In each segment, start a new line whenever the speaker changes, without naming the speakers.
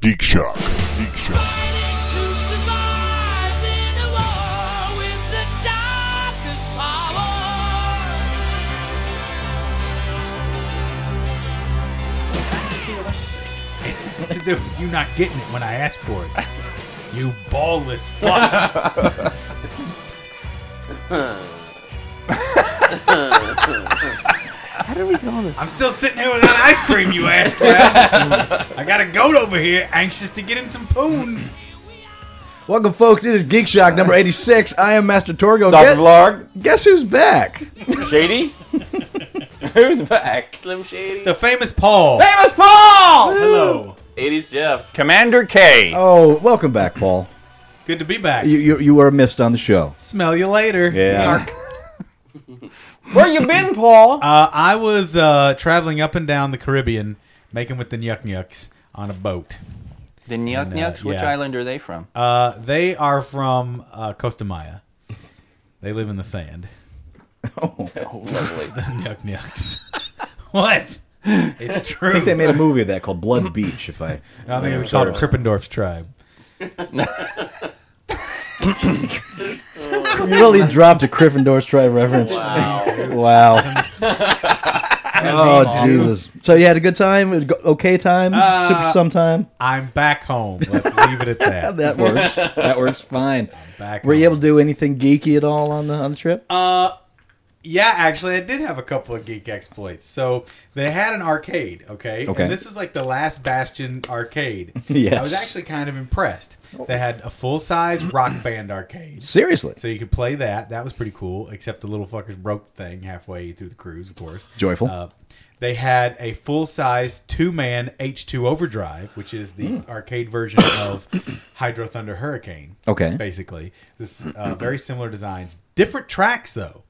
Geek Shock. Geek Shock.
It's to do with you not getting it when I asked for it. You ballless fuck.
How do we go on this?
I'm still sitting here with that ice cream you asked for. I got a goat over here, anxious to get him some poon.
Welcome, folks. It is Geek Shock number 86. I am Master Torgo.
Dr.
Guess-
Vlog,
guess who's back?
Shady? Who's back?
Slim Shady.
The famous Paul.
Famous Paul!
Hello.
80s Jeff.
Commander K.
Oh, welcome back, Paul.
Good to be back.
You you, you were missed on the show.
Smell you later.
Yeah.
Where you been, Paul?
Uh, I was uh, traveling up and down the Caribbean, making with the Nyuk Nyuks on a boat.
The Nyuk
uh,
Nyuks, which
yeah.
island are they from?
Uh, they are from uh, Costa Maya. They live in the sand.
Lovely.
Nyuk Nyuks. what? It's true.
I think they made a movie of that called Blood Beach. If I,
I think it's
Sort
called
of.
Krippendorf's tribe.
you really dropped a Gryffindor's tribe reference.
Wow.
Wow. oh Jesus! So you had a good time? A go- Okay time?
Uh,
Super sometime?
I'm back home. Let's leave it at that.
That works. that works fine.
Back
Were you
home.
able to do anything geeky at all on the on the trip?
Uh, Yeah, actually, I did have a couple of geek exploits. So they had an arcade, okay?
Okay.
And this is like the last Bastion arcade.
Yes.
I was actually kind of impressed. They had a full size rock band arcade.
Seriously,
So you could play that. That was pretty cool, except the little fuckers broke the thing halfway through the cruise, of course.
Joyful.
Uh, they had a full size two man H2 Overdrive, which is the
Hmm.
arcade version of Hydro Thunder Hurricane.
Okay.
Basically, this uh, very similar designs, different tracks though,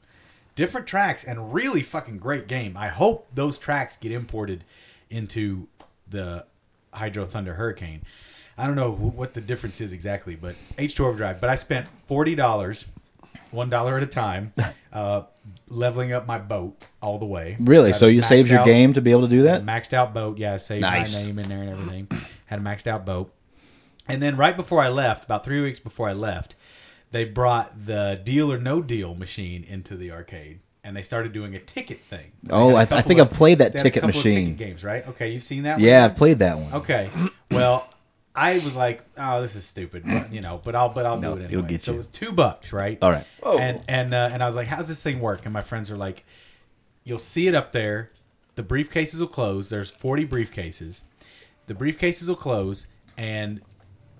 different tracks, and really fucking great game. I hope those tracks get imported into the Hydro Thunder Hurricane. I don't know wh- what the difference is exactly, but H2 Overdrive. But I spent forty dollars, one dollar at a time, uh, leveling up my boat all the way.
really?
Got
So
it
you
maxed
saved your
out.
game to be able to do that?
Maxed out boat. Yeah, I saved
Nice.
my name in there and everything. Had a maxed out boat. And then right before I left, about three weeks before I left, they brought the deal or no deal machine into the arcade. And they started doing a ticket thing. They had
Oh,
a
I- I
couple
think I've played that
they had
ticket
a couple of
machine.
ticket games, right? Okay, you've seen that. one?
Yeah, I've played that one.
Okay. Well, I was like, "Oh, this is stupid," but, you know. But I'll, but I'll
No,
do it
it'll
anyway.
get
So it
you.
was two bucks, right?
All right.
Whoa.
And and uh, and I was like, "How's this thing work?" And my friends are like, "You'll see it up there. The briefcases will close. There's 40 briefcases. The briefcases will close, and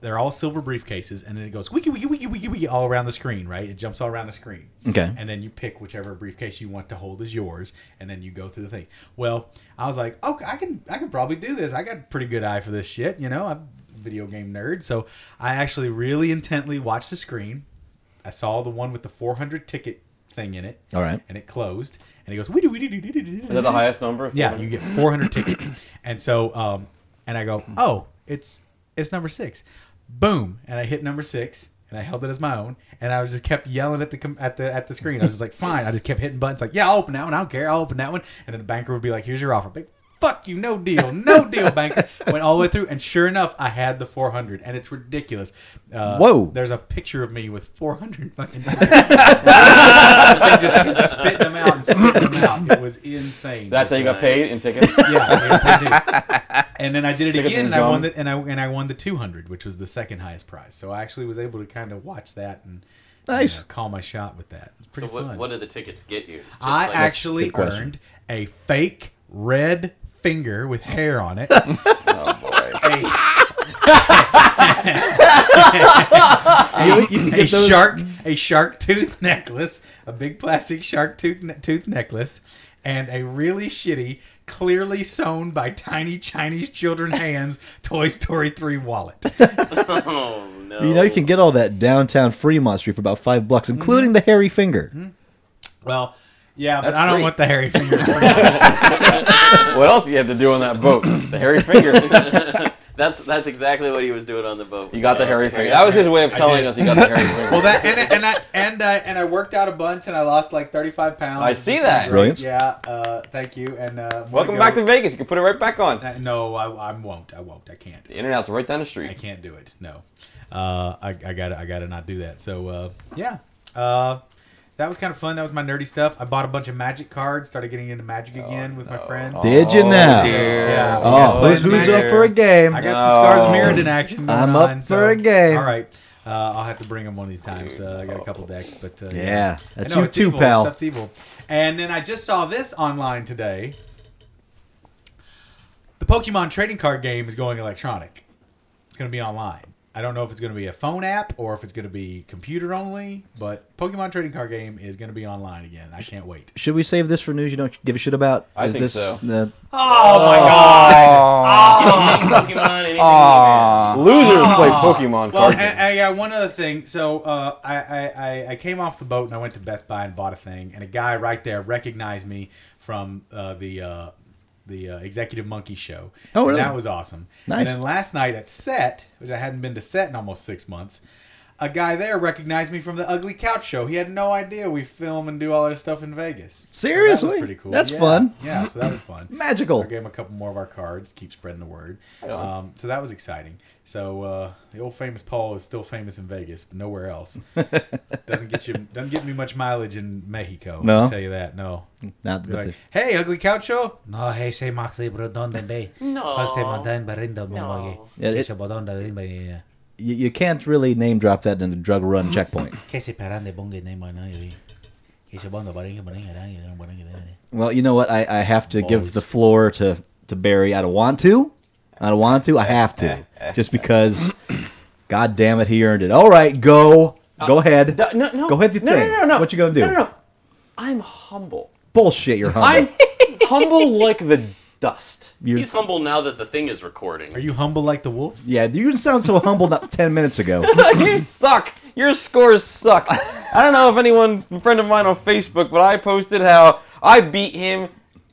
they're all silver briefcases. And then it goes wiki wiki wiki wiki wiki all around the screen, right? It jumps all around the screen.
Okay.
And then you pick whichever briefcase you want to hold as yours, and then you go through the thing. Well, I was like, okay, I can, I can probably do this. I got a pretty good eye for this shit. You know, I'm a video game nerd, so I actually really intently watched the screen. I saw the one with the 400 ticket thing in it.
All right.
And it closed, and it goes. "Wee-doo, wee-doo, doo, doo, doo, doo, doo,
Is that the highest number?
yeah, you get 400 tickets. And so, um, and I go, oh, it's it's number six. Boom, and I hit number six, and I held it as my own, and I was just kept yelling at the com- at the at the screen. I was just like, fine. I just kept hitting buttons, like, yeah, I'll open that one. I don't care. I'll open that one. And then the banker would be like, here's your offer. Big fuck you, no deal, no deal, banker. Went all the way through, and sure enough, I had the 400, and it's ridiculous. Uh,
Whoa.
There's a picture of me with 400 fucking tickets. they just kept spitting them out and spitting them out. It was insane.
That's how you got paid in tickets?
Yeah, I did. and then I did it
Tickets
again,
and
and I won
drum.
the and I and I won the two hundred, which was the second highest prize. So I actually was able to kind of watch that and you
Nice.
know, call my shot with that. It was
So
pretty
what,
fun.
what did the tickets get you? Just
I
like-
actually
Good question.
earned a fake red finger with hair on it.
Oh,
a,
You- you can
a
get those-
shark a shark tooth necklace, a big plastic shark tooth ne- tooth necklace, and a really shitty, clearly sewn by tiny Chinese children hands Toy Story three wallet.
Oh, no.
You know, you can get all that downtown Fremont Street for about five bucks,
Mm-hmm.
including the hairy finger.
Well, yeah, but
That's
I don't
free.
want the hairy finger.
What else do you have to do on that boat?
The hairy finger. That's that's exactly what he was doing on the boat.
You got the hairy finger. That was his way of telling us he got the hairy finger.
Well, that and and I and I and I worked out a bunch and I lost like 35 pounds.
I see that.
Brilliant.
Yeah. Uh, thank you. And uh, more
Welcome
go-
back to Vegas. You can put it right back on.
Uh, no, I, I won't. I won't. I can't.
The internet's right down the
I
street.
can't do it. No, uh, I, I gotta, I gotta not do that. So uh, yeah, uh, that was kind of fun. That was my nerdy stuff. I bought a bunch of magic cards. Started getting into magic again with my friend.
Did you
Oh,
now?
dear.
Yeah.
Oh,
Yeah.
please, who's up for a game?
I got some scars mirrored in action. going
I'm up
on,
for a game.
All right, uh, I'll have to bring them one of these times. Uh, I got a couple decks, but uh,
Yeah,
I
that's
know,
you
it's
too,
evil.
pal.
Stuff's evil. And then I just saw this online today. The Pokemon trading card game is going electronic. It's going to be online. I don't know if it's going to be a phone app or if it's going to be computer only, but Pokemon trading card game is going to be online again. I can't wait.
Should we save this for news you don't give a shit about?
I
Is
think
this
so.
the-
Oh my god!
Oh.
Pokemon, anything
Losers play Pokemon
Ah. Well,
cards.
I, I got one other thing. So uh, I, I, I- I came off the boat and I went to Best Buy and bought a thing, and a guy right there recognized me from uh, the uh, the uh, Executive Monkey Show.
Oh,
And
really?
that was awesome.
Nice.
And then last night at Set, which I hadn't been to Set in almost six months. A guy there recognized me from the Ugly Couch Show. He had no idea we film and do all our stuff in Vegas. So that was
Seriously?
pretty cool.
That's
Yeah.
fun.
Yeah, so that was fun.
magical?
I gave him a couple more of our cards. Keep spreading the word. Um, so that was exciting. So uh, the old famous Paul is still famous in Vegas, but nowhere else. doesn't get you doesn't get me much mileage in Mexico.
No?
I'll tell you that. No.
Not
Be
with
like,
the-
hey, ugly couch show. No, hey, say Moxley Brodonde Bay.
No.
Coste Mondan Barindo Momoye.
No.
Yeah, it-
Kese Bodonda Limbe.
you, you can't really name drop that in a drug run checkpoint.
Kese Parande Bonge Nemanai. Kese Bondo Baringa Baringa Ranga Baringa Baringa.
Well, you know what? I, I have to give
Balls.
the floor to, to Barry. I don't want to. I don't want to. I have to. Just because, God damn it, he earned it. All right, go. Go ahead.
Uh, D- no, no.
Go ahead with your
no,
thing.
No, no, no.
What you gonna do?
No, no, no. I'm humble.
Bullshit, you're humble.
I'm humble like the dust.
You're-
He's humble now that the thing is recording.
Are you humble like the wolf?
yeah, you didn't sound so humble not 10 minutes ago.
you suck. Your scores suck. I don't know if anyone's a friend of mine on Facebook, but I posted how I beat him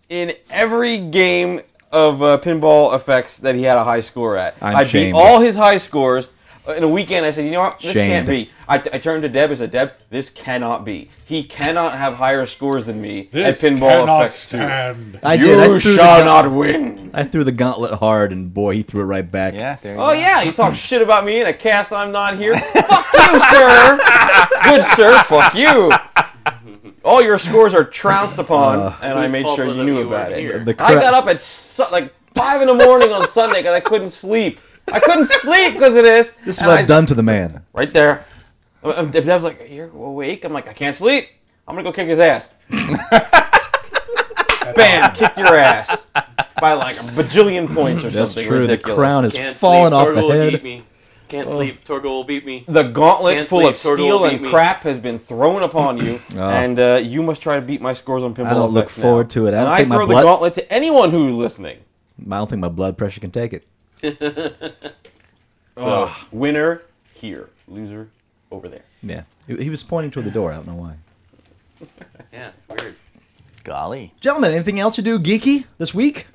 in every game of uh, pinball effects that he had a high score at.
I'm
I beat
shamed.
all his high scores. Uh, In a weekend, I said, you know what? This can't
Shamed.
be. I, I turned to Deb and said, Deb, this cannot be. He cannot have higher scores than me at pinball effects. too.
I
You
did. I threw, the,
shall
gaunt-
not win.
I threw the gauntlet hard, and boy, he threw it right back.
Yeah, there you
Oh
go.
yeah, you talk shit about me in a cast I'm not here. fuck you, sir. Good sir, fuck you. All your scores are trounced upon, and I
Whose
made
fault
sure
was
you
it
knew
we
about
weren't
it.
here?
Uh, The
I
cra-
got up at su- like five in the morning on Sunday because I couldn't sleep. I couldn't sleep because of this.
This is
and
what
I-
I've done to the man.
Right there. Um, um, Deb's like, "You're awake." I'm like, "I can't sleep. I'm gonna go kick his ass." Bam! Kicked your ass by like a bajillion points or
That's
something
true.
ridiculous.
The crown is
Can't
falling
sleep.
off
Torgo
the
will beat
head. Oh.
me. Can't sleep. Torgo will beat me.
The gauntlet
Can't
full of
sleep, Tortle
steel
will
and
beat me.
crap has been thrown upon you,
Ah.
and uh, you must try to beat my scores on pinball.
I don't look
Effects now.
forward to it. I don't
and I
think my
throw
blood-
the gauntlet to anyone who's listening.
I don't think my blood pressure can take it.
So, winner here, loser over there.
Yeah. He, he was pointing toward the door. I don't know why.
Yeah, it's weird.
Golly.
Gentlemen, anything else you do geeky this week?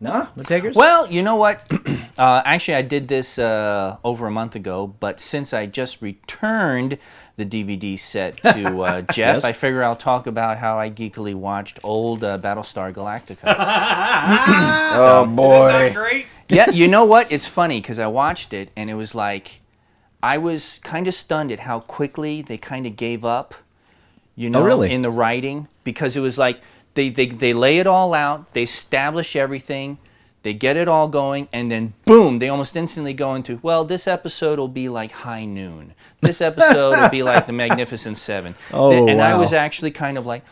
Nah? No takers?
Well, you know what? uh, actually, I did this uh, over a month ago, but since I just returned the DVD set to uh, Jeff,
Yes.
I figure I'll talk about how I geekily watched old uh, Battlestar Galactica.
Oh boy!
Great.
yeah, you know what? It's funny because I watched it and it was like I was kind of stunned at how quickly they kind of gave up. You know,
Oh, really?
in the writing because it was like they, they they lay it all out, they establish everything, they get it all going, and then boom, they almost instantly go into well, this episode will be like High Noon, this episode will be like The Magnificent Seven,
Oh,
and I
wow.
was actually kind of like.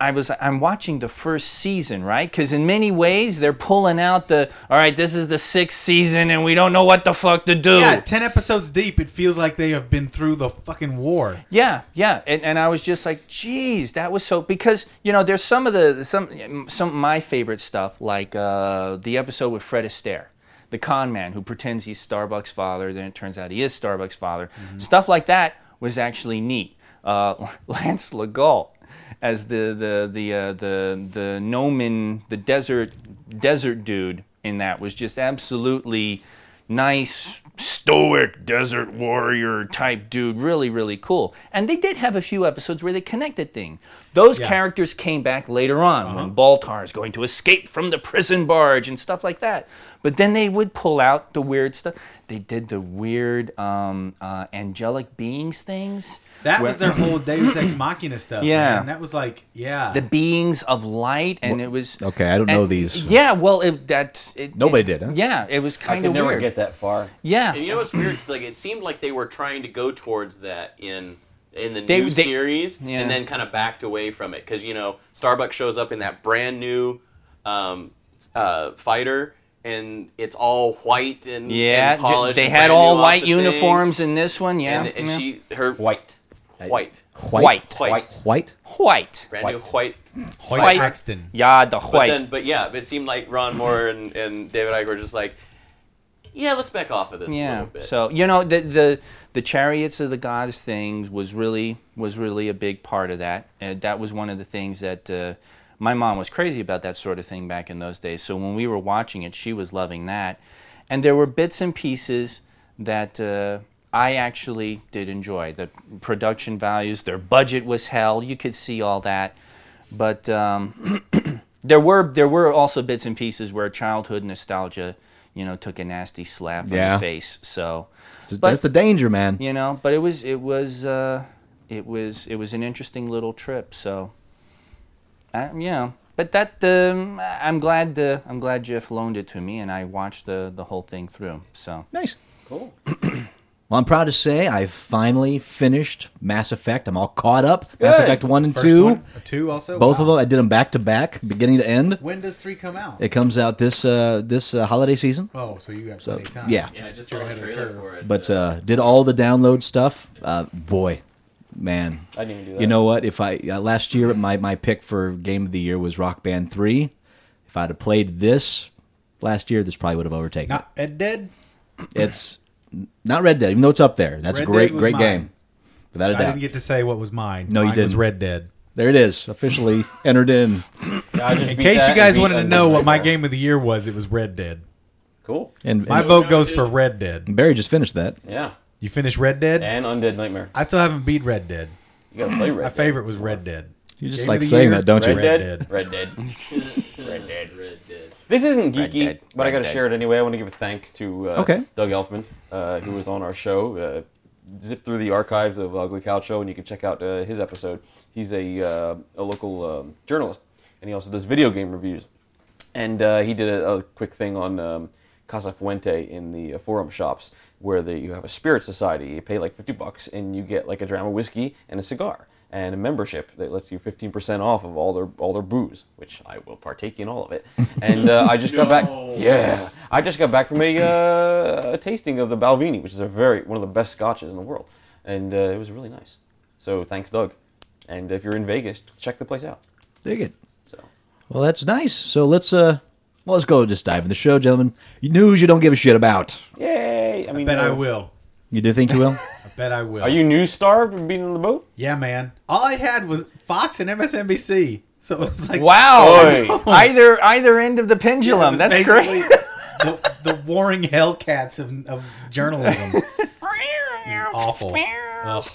I was I'm watching the first season, right? Because in many ways they're pulling out the all right, this is the sixth season, and we don't know what the fuck to do.
Yeah, ten episodes deep, it feels like they have been through the fucking war.
Yeah, yeah, and, and I was just like, geez, that was so because you know there's some of the some some of my favorite stuff like uh, the episode with Fred Astaire, the con man who pretends he's Starbucks' father, then it turns out he is Starbucks' father. Stuff like that was actually neat. Uh, Lance Legault as the the the uh, the the gnomon the desert desert dude in that was just absolutely nice, stoic, desert warrior type dude. Really, really cool. And they did have a few episodes where they connected thing. Those characters came back later on
Uh-huh.
when Baltar is going to escape from the prison barge and stuff like that. But then they would pull out the weird stuff. They did the weird um, uh, angelic beings things.
That
where-
was their whole Deus Ex Machina stuff.
Yeah.
man. that was like, yeah,
the beings of light, and it was
Okay, Uh, I don't know
and-
these.
Yeah, well, it, that's it,
Nobody
it-
did, huh?
Yeah, it was
I
kind
could
of
never
weird.
get that far.
Yeah,
And you know what's weird? It's like it seemed like they were trying to go towards that in in the
They-
new
they-
series,
yeah.
and then kind of backed away from it because you know Starbuck shows up in that brand new um, uh, fighter, and it's all white and
yeah.
and polished
they
and
had
brand
all
new off
white
the thing.
uniforms in this one. Yeah,
and, and
yeah.
she her
White.
white
White.
White.
White.
white,
brand new white.
Hoyt
White.
Axton.
yeah, the
But
white.
then, but yeah, it seemed like Ron Moore and, and David Icke were just like, yeah, let's back off of this a
yeah.
little bit.
So you know the the the chariots of the gods thing was really was really a big part of that, and that was one of the things that. Uh, my mom was crazy about that sort of thing back in those days. So when we were watching it, she was loving that. And there were bits and pieces that uh, I actually did enjoy. The production values, their budget was hell. You could see all that. But um, there were there were also bits and pieces where childhood nostalgia, you know, took a nasty slap on
Yeah.
the face. So, but
That's the danger, man.
you know, but it was it was uh, it was it was an interesting little trip. So, I, you know, but that um, I'm glad uh, I'm glad Jeff loaned it to me and I watched the the whole thing through. So
Nice. Cool. well, I'm proud to say I finally finished Mass Effect. I'm all caught up. Mass
Good.
Effect 1 and
First
2.
one, two also.
Both
Wow.
of them, I did them back to back, beginning to end.
When does three come out?
It comes out this uh, this uh, holiday season.
oh, so you have plenty of time.
yeah.
yeah, I just
You're
saw a
ahead of the
trailer
curve.
for it.
But uh, did all the download stuff. Uh, boy, man.
I didn't even do that.
You know what? If I uh, last year my my pick for game of the year was Rock Band 3. If I'd have played this last year, this probably would have overtaken.
Not Ed Dead.
it. It's not Red Dead, even though it's up there. That's a
Red
great
Dead was
great
mine.
game. Without a
I
doubt.
didn't get to say what was mine.
No, you
mine Was
didn't.
Red Dead.
There it is, officially entered in.
In case you guys wanted to know what my game of the year was, it was Red Dead.
Cool.
And,
My
and
vote goes for Red Dead.
Barry just finished that.
Yeah.
You finished Red Dead?
And Undead Nightmare.
I still haven't beat Red Dead.
You gotta play Red
My
Dead.
favorite was Red Dead.
You just
Game
like
of the
saying
year?
that, don't
Red,
you?
Red
Dead.
Dead.
Red Dead.
Red Dead. Red Dead.
This isn't
Red
geeky,
Dead,
but I
Red
gotta
Dead.
share it anyway. I want to give a thanks to uh,
Okay.
Doug Elfman, uh, who was on our show. Uh, zip through the archives of Ugly Cow Show, and you can check out uh, his episode. He's a uh, a local um, journalist, and he also does video game reviews. And uh, he did a, a quick thing on um, Casa Fuente in the uh, forum shops, where they, you have a spirit society. You pay like 50 bucks, and you get like a dram of whiskey and a cigar and a membership that lets you 15% off of all their all their booze, which I will partake in all of it. And uh, I just got back. Yeah, I just got back from a, uh, a tasting of the Balvenie, which is a very one of the best scotches in the world, and uh, it was really nice. So thanks, Doug. And if you're in Vegas, check the place out.
Dig it.
So
Well, that's nice. So let's uh, well, let's go just dive in the show, gentlemen. News you don't give a shit about.
yay! I mean,
Bet I
uh,
will.
You do think you will?
I bet I will.
Are you news starved from being in the boat?
Yeah, man. All I had was Fox and MSNBC. So it was like
wow,
Oi.
either either end of the
it
pendulum.
was
That's
basically
great.
The, the warring Hellcats of, of journalism. it was awful. Ugh.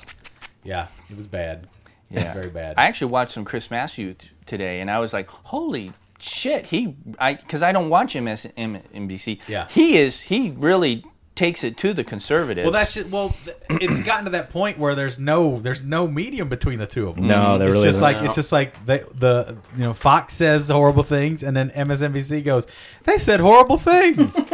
Yeah, it was bad. It was very bad.
I actually watched some Chris Matthew t- today, and I was like, "Holy shit!" He, I, because I don't watch MSNBC.
Yeah.
he is. He really takes it to the conservatives.
well, that's just, well, th- it's gotten to that point where there's no there's no medium between the two of them.
No, there
it's
really
just
isn't.
like it's just like the the you know Fox says horrible things and then MSNBC goes they said horrible things.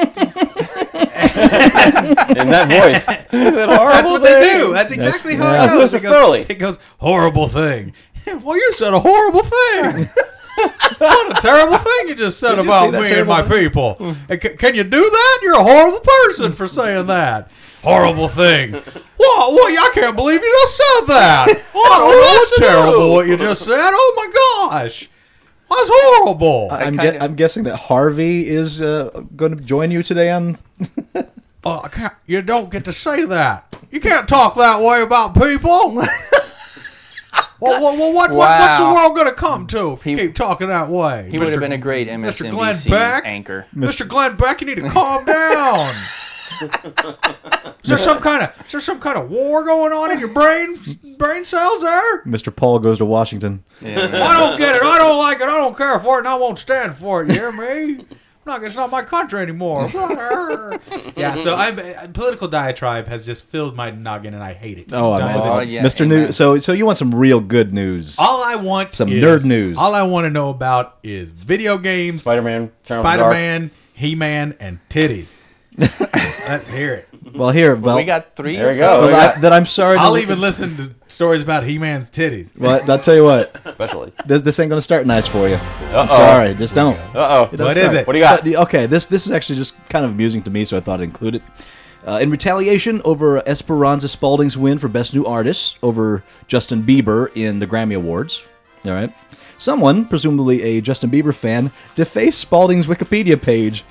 In that voice, Is it horrible
That's what they
thing?
do. That's exactly how
yeah.
it goes.
That's
It
Mr.
goes,
Foley.
it goes, horrible thing. well, you said a horrible thing. what a terrible thing you just said
you say
about
that
me and
terrible
my people. And c- can you do that? You're a horrible person for saying that. Horrible thing. Whoa, whoa, I can't believe you just said that. Oh, that's terrible what you just said. Oh my gosh. That's horrible.
I'm,
kinda-
gue- I'm guessing that Harvey is uh, going to join you today on.
Oh, I can't, you don't get to say that. You can't talk that way about people. Well, well, well, what, what, what's the
Wow.
world going to come to if you
He-
keep talking that way?
He would have been a great
Mr. Glenn
MSNBC
Beck,
anchor.
Mr. Glenn Beck, you need to calm down. is there some kind of is there some kind of war going on in your brain brain cells there?
Mr. Paul goes to Washington.
I don't get it. I don't like it. I don't care for it, and I won't stand for it. You hear me? I'm not, it's not my country anymore. yeah, so I'm, uh, political diatribe has just filled my noggin, and I hate it.
Oh, I
Done
meant
with it.
Oh, yeah, Oh,
Mr.
amen.
News. So, so you want some real good news?
All I want
Some
is-
nerd news.
All I want to know about is video games,
Spider-Man, Turn of the Dark.
Spider Man, He Man, and titties. Let's hear it.
Well, here, well,
We got three.
There we
well,
go.
I, that I'm sorry.
I'll
that-
even listen to stories about He Man's titties.
Well, I'll tell you what.
Especially.
This, this ain't going to start nice for you. I'm sorry, just don't.
Uh oh.
Don't
What is
start.
it?
What do you got?
But, okay, this this is actually just kind of amusing to me, so I thought I'd include it. Uh, in retaliation over Esperanza Spalding's win for Best New Artist over Justin Bieber in the Grammy Awards, all right, someone, presumably a Justin Bieber fan, defaced Spalding's Wikipedia page.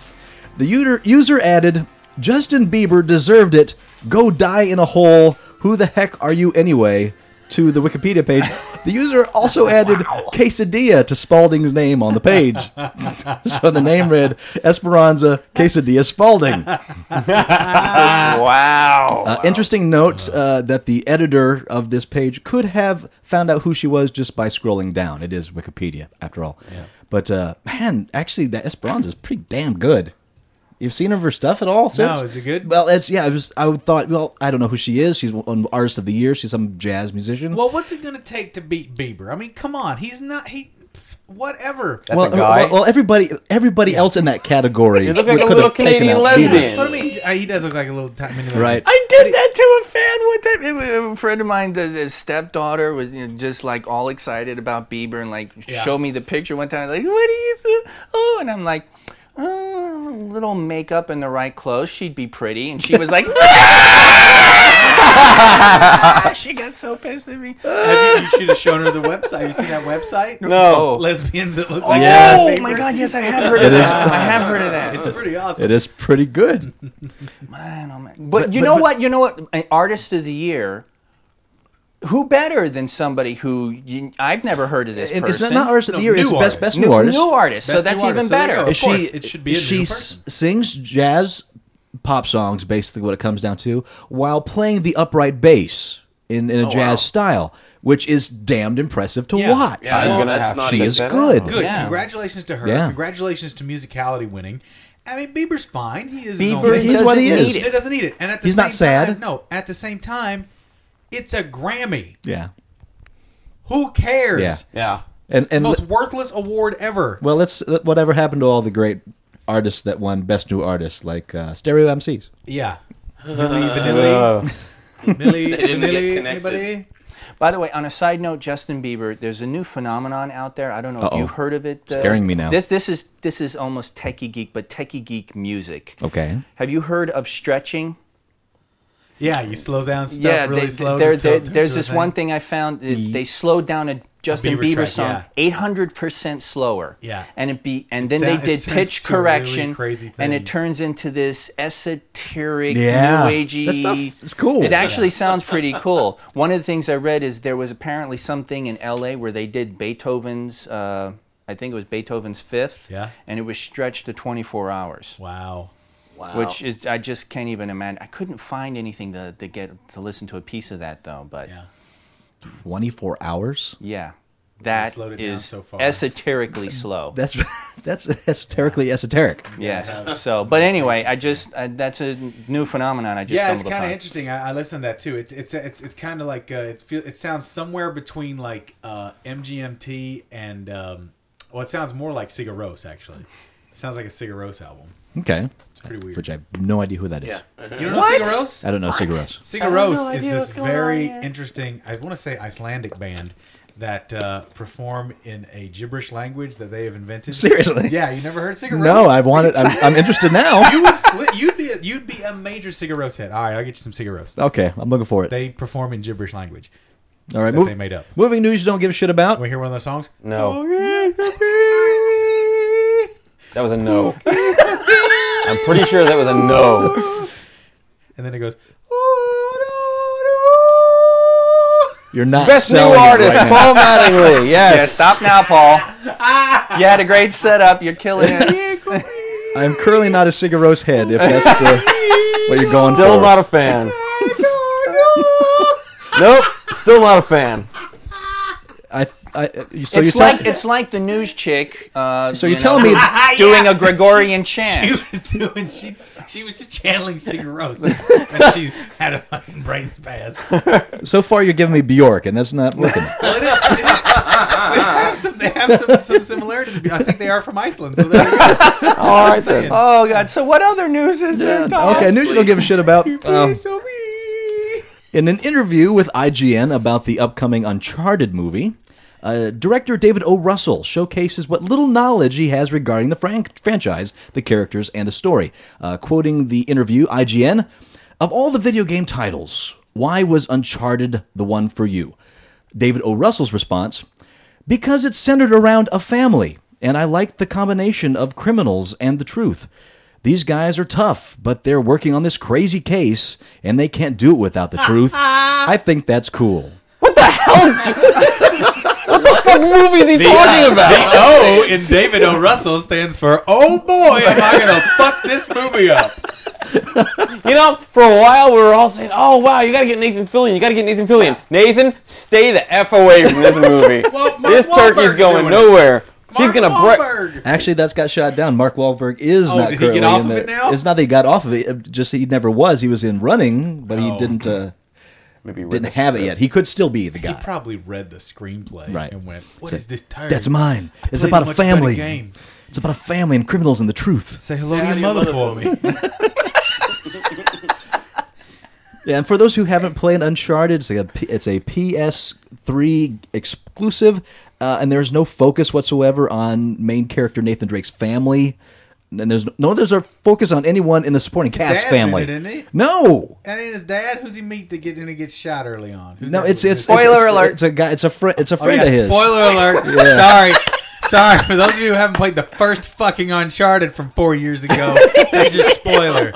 The user, user added, Justin Bieber deserved it. Go die in a hole. Who the heck are you anyway? To the Wikipedia page. The user also added quesadilla to Spalding's name on the page. so the name read Esperanza Quesadilla Spalding.
Wow.
Uh, Interesting note uh, that the editor of this page could have found out who she was just by scrolling down. It is Wikipedia, after all. But uh, man, actually, that Esperanza is pretty damn good. You've seen of her stuff at all? Since?
is it good?
Well, it's yeah. I was I thought. Well, I don't know who she is. She's an artist of the year. She's some jazz musician.
Well, what's it going to take to beat Bieber? I mean, come on. He's not. He. pff, Whatever.
That's
well, uh,
a guy.
well, well, everybody, everybody else in that category.
You look like a
could've
little
taken
Canadian
out
lesbian.
Bieber.
So I mean, he's- uh, he does look like a little tiny mini.
Right.
I did that to a fan one time. It was- A friend of mine, the, the stepdaughter, was you know, just like all excited about Bieber and like
Yeah.
showed me the picture one time. Like, what do you? feel?" Oh, and I'm like, oh, a little makeup and the right clothes, she'd be pretty. And she was like, she got so pissed at me.
Have you, you should have shown her the website. Have you seen that website?
no. Oh.
Lesbians that look like
Yes.
Oh my God! Yes, I have heard of
It is-
that. I have heard of that.
It's pretty awesome.
It is pretty good.
Man, oh man. But, you know what? You know what? An artist of the year. Who better than somebody who you, I've never heard of this
And it's
person?
not, not artist of
No,
the year. It's
new
best
artist.
best
New-
new artist.
New artist. so
Best
that's
new artist, so
even
there you
better.
go. Of
she
course, it should be a new
she s-
person.
sings jazz, pop songs, basically what it comes down to, while playing the upright bass in, in a jazz
wow.
style, which is damned impressive to
Yeah.
watch.
Yeah, that's,
gonna
that's
have-
not
she
a-
is good.
Good.
Yeah.
Congratulations to her.
Yeah.
Congratulations to musicality winning. I mean, Bieber's fine. He is.
Bieber
His own
He's what he
doesn't
is.
need
It
it.
doesn't need it. And at the
He's
same
not sad.
Time, no. At the same time, it's a Grammy.
Yeah,
Who cares?
yeah,
Yeah.
and and
Most worthless award ever.
well, let's let- whatever happened to all the great artists that won best new artist, like uh, Stereo MCs.
Yeah. Millie Vanilli.
Uh,
Millie
didn't get
Vanilli.
connected.
Anybody?
By the way, on a side note, Justin Bieber, there's a new phenomenon out there. I don't know
Uh-oh.
if you've heard of it. uh,
Scaring me now.
This this is this is almost techie geek, but techie geek music.
Okay,
Have you heard of stretching?
Yeah, you slow down stuff really
they-
slow.
they're-
until it
they're-
turns
there's
to a
this
thing.
one thing I found. It, they slowed down a Justin
Bieber
Bieber,
track,
song eight hundred percent slower.
Yeah.
and it be and then
sound-
they
it
did
turns
pitch
to a really
correction,
crazy
and
thing.
it turns into this esoteric,
Yeah.
new agey.
That stuff is cool.
It actually sounds pretty cool. One of the things I read is there was apparently something in L.A. where they did Beethoven's. Uh, I think it was Beethoven's Fifth.
Yeah.
and it was stretched to twenty four hours
Wow.
wow.
which is, I just can't even imagine. I couldn't find anything to, to get to listen to a piece of that though. But yeah,
Yeah.
twenty four hours.
that
slowed it down
is
so far.
esoterically slow.
That's that's esoterically esoteric.
yes. So, but anyway, I just I, that's a new phenomenon. I just
yeah, it's
stumbled
kind of
upon.
interesting. I, I listened to that too. It's it's it's it's kind of like uh, it feel it sounds somewhere between like uh, MGMT and um, well, it sounds more like Sigur Rós actually. It sounds like a Sigur Rós album.
Okay,
Pretty weird.
which I have no idea who that is.
yeah.
You don't know
What?
Sigur Rós?
I don't know cigarettes.
Sigur Rós is
idea
this
what's going on
very
here.
interesting. I want to say Icelandic band that uh, perform in a gibberish language that they have invented.
Seriously?
Yeah, you never heard Sigur Rós?
No, I wanted. I'm, I'm interested now.
You would flip, you'd be a, you'd be a major Sigur Rós head. All right, I'll get you some Sigur Rós.
Okay, I'm looking for it.
They perform in gibberish language.
All right,
that
move-
they made up.
Moving news you don't give a shit about.
Want to hear one of those songs?
No. That was a no. I'm pretty sure that was a no.
And then it goes. "Oh,
You're not
Best new
selling it
artist,
right now.
Paul Mattingly.
Yeah,
Yes.
stop now, Paul. You had a great setup. You're killing it.
I'm currently not a cigarose head. If that's the, what you're going
Still
for.
not a fan. nope. Still not a fan.
I, I, so
it's
you're tell-
like it's like the news chick. Uh,
So you're
you
telling
know,
me-
doing a Gregorian chant.
She was doing. She she was just channeling Cigaros, and she had a fucking brain spasm.
so far you're giving me Bjork, and that's not working.
Well, they, they- they have some. They have some, some similarities. I think they are from Iceland. So there you go.
All right
saying.
then.
Oh God! So what other news is there? Tom?
okay, news you don't give a shit about. Um,
Please show me.
In an interview with IGN about the upcoming Uncharted movie, uh, director David O. Russell showcases what little knowledge he has regarding the frank- franchise, the characters, and the story. Uh, quoting the interview, IGN, of all the video game titles, why was Uncharted the one for you? David O. Russell's response, because it's centered around a family, and I liked the combination of criminals and the truth. These guys are tough, but they're working on this crazy case, and they can't do it without the truth. I think that's cool.
What movie is he talking about?
The O in Oh, David O. Russell stands for "Oh boy, am I gonna fuck this movie up."
You know, for a while we were all saying, "Oh wow, you gotta get Nathan Fillion, you gotta get Nathan Fillion." Nathan, stay the f away from this movie.
Well, Mark
this turkey's
Wahlberg's
going
doing it.
nowhere.
Mark
He's gonna break.
Wahlberg.
Actually, that's got shot down. Mark Wahlberg is not
Oh, did he get
currently
off
in
of
there.
it now?
It's not that he got off of it. it Just he never was. He was in Running, but he
Oh.
didn't uh,
Maybe we're
didn't
just-
have it yet. He could still be the
He
guy.
probably read the screenplay
Right.
and went, "What
Said,
is this tired?
That's mine.
played
It's
a
about a
much better
family.
game."
It's about a family and criminals and the truth.
Say hello
Say
to
hi
your mother for me.
Yeah, and for those who haven't played Uncharted, it's, like a, P- it's a PS3 exclusive, uh, and there's no focus whatsoever on main character Nathan Drake's family. And there's no there's a focus on anyone in the supporting
dad's
cast
in
family.
it, isn't he?
No,
and then his dad, who's he meet to get and he gets shot early on. Who's
no,
that
it's
with?
it's
Who's that?
it's- it's-
Spoiler alert.
It's a guy. It's a friend. It's a
Oh,
friend
yeah,
of his.
Spoiler alert. Sorry. Sorry. For those of you who haven't played the first fucking Uncharted from four years ago, that's just spoiler.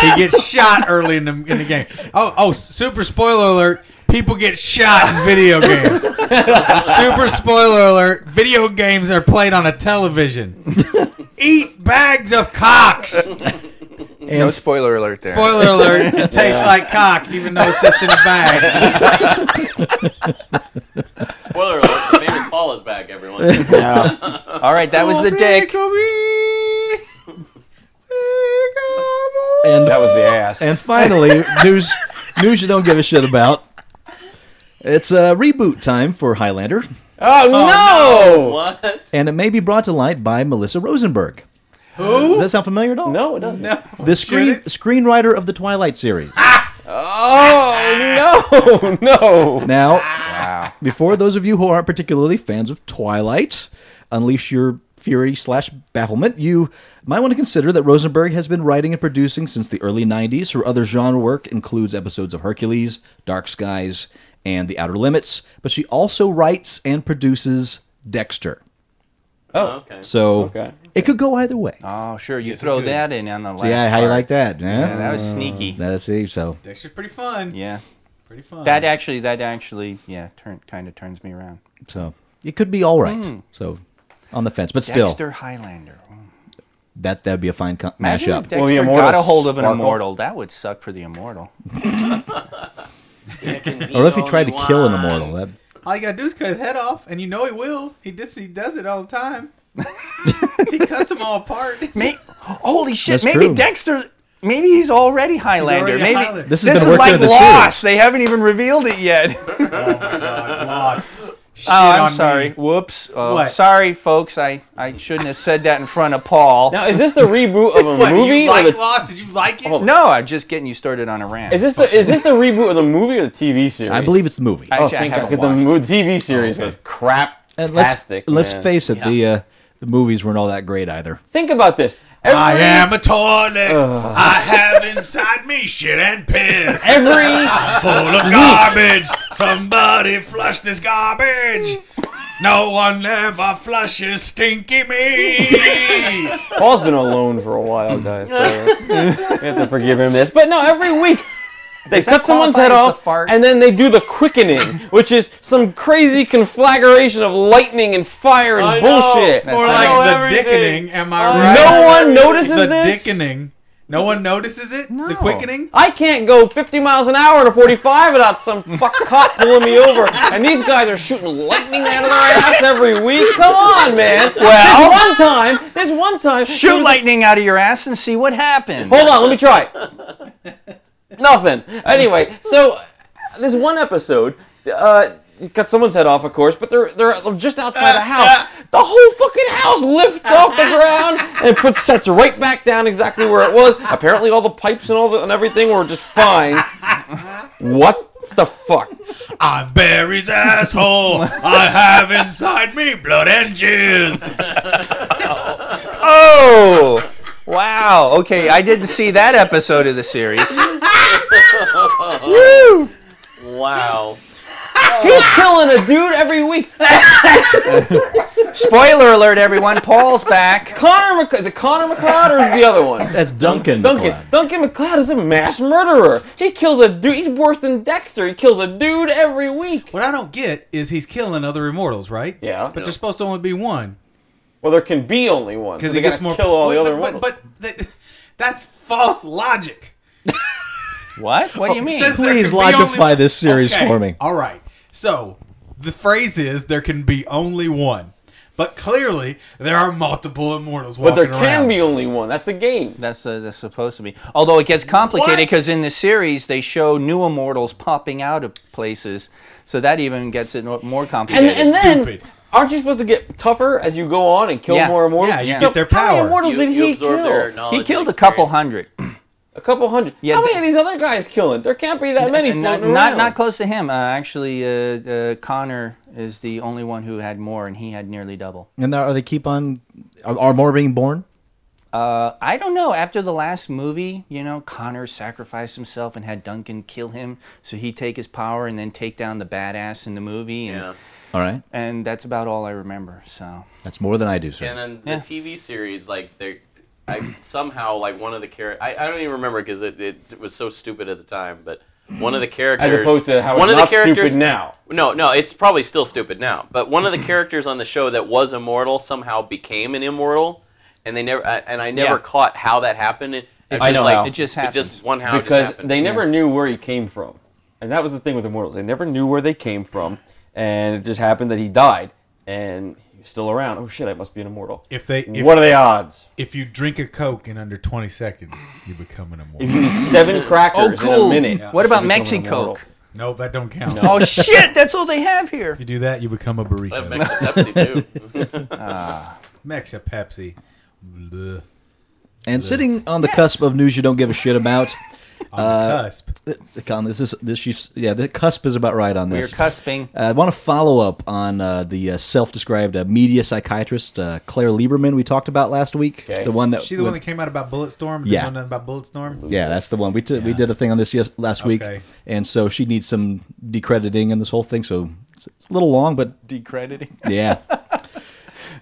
He gets shot early in the, in the game. Oh, oh, super spoiler alert. People get shot in video games. super spoiler alert. Video games are played on a television. Eat bags of cocks.
No spoiler alert there.
Spoiler alert. It tastes like cock, even though it's just in a bag.
Spoiler alert: His name is Paul is back, everyone.
All right, that was the dick.
And
That was the ass.
And finally, news news you don't give a shit about. It's a reboot time for Highlander,
oh, no!
What?
and it may be brought to light by Melissa Rosenberg. Who? Does that sound familiar at all?
No, it doesn't.
The screen
it?
screenwriter of the Twilight series.
Oh no, no!
Now, before those of you who aren't particularly fans of Twilight, unleash your fury slash bafflement. You might want to consider that Rosenberg has been writing and producing since the early '90s. Her other genre work includes episodes of Hercules, Dark Skies, and The Outer Limits, but she also writes and produces Dexter.
Oh, okay.
So
Okay.
it could go either way.
Oh, sure. You throw that in on the last.
yeah, how you
part.
like that? Yeah,
Yeah, that was sneaky.
Let's see. So
Dexter's pretty fun.
yeah,
Pretty fun.
that uh, actually, that actually, yeah, turn kind of turns me around.
so it could be all right. So on the fence, but still
Hmm. Dexter Highlander.
that that'd be a fine co-
Imagine if
mashup.
Dexter
Will the
got
immortal
a hold of an
sparkle?
immortal. That would suck for the immortal.
Or if he tried to kill an immortal, that
All you gotta do is cut his head off, and you know he will. He does. He does it all the time. he cuts them all apart.
May- holy shit!
That's
maybe
true.
Dexter. Maybe he's already Highlander.
already a
maybe
Highlander.
This
this,
has been
is
worked
like
into the
Lost.
series.
They haven't even revealed it yet. oh,
lost. Shit on
I'm
me.
sorry. Whoops. Oh,
What?
sorry, folks. I, I shouldn't have said that in front of Paul.
Now is this the reboot of a
What, did
movie
you
or
like
the?
Lost? Did you like it?
Hold
No, I'm just getting you started on a rant.
Is this the is this the reboot of the movie or the TV series?
I believe it's the movie.
I-
Oh,
Actually,
thank God,
haven't
because the
watched Oh,
mo- TV series was crap.
Uh,
And let's
Fantastic.
let's face it, the uh, the movies weren't all that great either.
Think about this.
I
Every-
am a toilet. I have inside me shit and piss.
Every
Full of garbage. Somebody flush this garbage. No one ever flushes stinky me.
Paul's been alone for a while, guys. So we have to forgive him this. But no, every week They cut someone's
qualify
head
as the
off,
fart?
and then they do the quickening, which is some crazy conflagration of lightning and fire and
I know.
bullshit.
That's
Or
I
like
know
the dickening, am I right?
Oh, No one notices
the
this.
dickening. No one notices it. The quickening.
I can't go 50 miles an hour to 45 without some fuck cop pulling me over. And these guys are shooting lightning out of their ass every week. Come on, man. Well, one time, there's one time. there
Shoot
was a-
lightning out of your ass and see what happens.
Hold on, let me try. it. Nothing. Anyway, so uh, there's one episode. Uh, it cut someone's head off, of course, but they're they're just outside the house. The whole fucking house lifts off the ground and puts sets right back down exactly where it was. Apparently, all the pipes and all the, and everything were just fine. What the fuck?
I'm Barry's asshole. I have inside me blood and juice.
Oh, wow. Okay, I didn't see that episode of the series.
Wow.
He's killing a dude every week.
Spoiler alert, everyone. Paul's back.
Connor Mc- is it Connor McLeod or is it the other one?
That's Duncan.
Duncan
MacLeod.
Duncan McLeod is a mass murderer. He kills a dude. He's worse than Dexter. He kills a dude every week.
What I don't get is he's killing other immortals, right?
Yeah.
But there's supposed to only be one
Well, there can be only one
because
because
he gets more.
kill all
Wait,
the
but-
other
but,
ones.
But, th- that's false logic.
What? What do you mean?
Says there
Please
can be only-
logify this series for me.
All right. So the phrase is there can be only one, but clearly there are multiple immortals.
But there can be only one. That's the game.
That's, uh, that's supposed to be. Although it gets complicated
What?
because in the series they show new immortals popping out of places, so that even gets it no- more
And,
complicated.
and then,
Stupid.
aren't you supposed to get tougher as you go on and kill
Yeah.
more immortals?
Yeah, you
So
get their
How many
power.
immortals
You,
did
you
he
absorb their
kill?
knowledge.
he killed
and
a couple
experience.
hundred,
A couple hundred.
Yeah,
how
the-
many of these other guys killing? There can't be that many.
And not,
floating
not
around.
not close to him. Uh, actually, uh, uh, Connor is the only one who had more, and he had nearly double.
And now, are they keep on? Are, are more being born?
Uh, I don't know. After the last movie, you know, Connor sacrificed himself and had Duncan kill him, so he take his power and then take down the badass in the movie. And,
Yeah.
All right,
and that's about all I remember. So
that's more than I do, sir.
And then the
Yeah.
TV series, like they, I somehow like one of the characters. I, I don't even remember because it, it, it was so stupid at the time. But one of the characters,
As opposed to how it's not stupid now.
No, no, it's probably still stupid now. But one of the characters on the show that was immortal somehow became an immortal, and they never I- and I never
Yeah.
caught how that happened. It, it
I
just,
know
like,
how.
It just
It
happens.
just one how it just
because
happened.
they never knew where he came from, and that was the thing with immortals. They never knew where they came from, and it just happened that he died, and he was still around. Oh shit! I must be an immortal.
If they if,
what are the odds?
if you drink a coke in under 20 seconds, you become an
If
immortal.
you eat seven crackers in a minute,
Oh, What
you become
about
an
Mexico?
immortal.
no, that don't count. If
Oh shit! That's all they have here.
you do that, you become a
That
burrito.
makes it Pepsi too.
Mexa Pepsi. Bleh.
And sitting on the cusp of news you don't give a shit about.
On
Uh,
the cusp.
The con- This is this. she's- yeah, the cusp is about right on
You're
this.
cusping.
Uh, I want to follow up on uh, the uh, self-described uh, media psychiatrist uh, Claire Lieberman we talked about last week.
Okay.
The one that
She the one
with-
that came out about Bulletstorm.
Yeah.
Yeah. Know nothing about Bulletstorm.
yeah, that's the one we did. We did a thing on this yes, last week,
Okay.
and so she needs some decrediting in this whole thing. So it's, it's a little long, but
Decrediting.
yeah.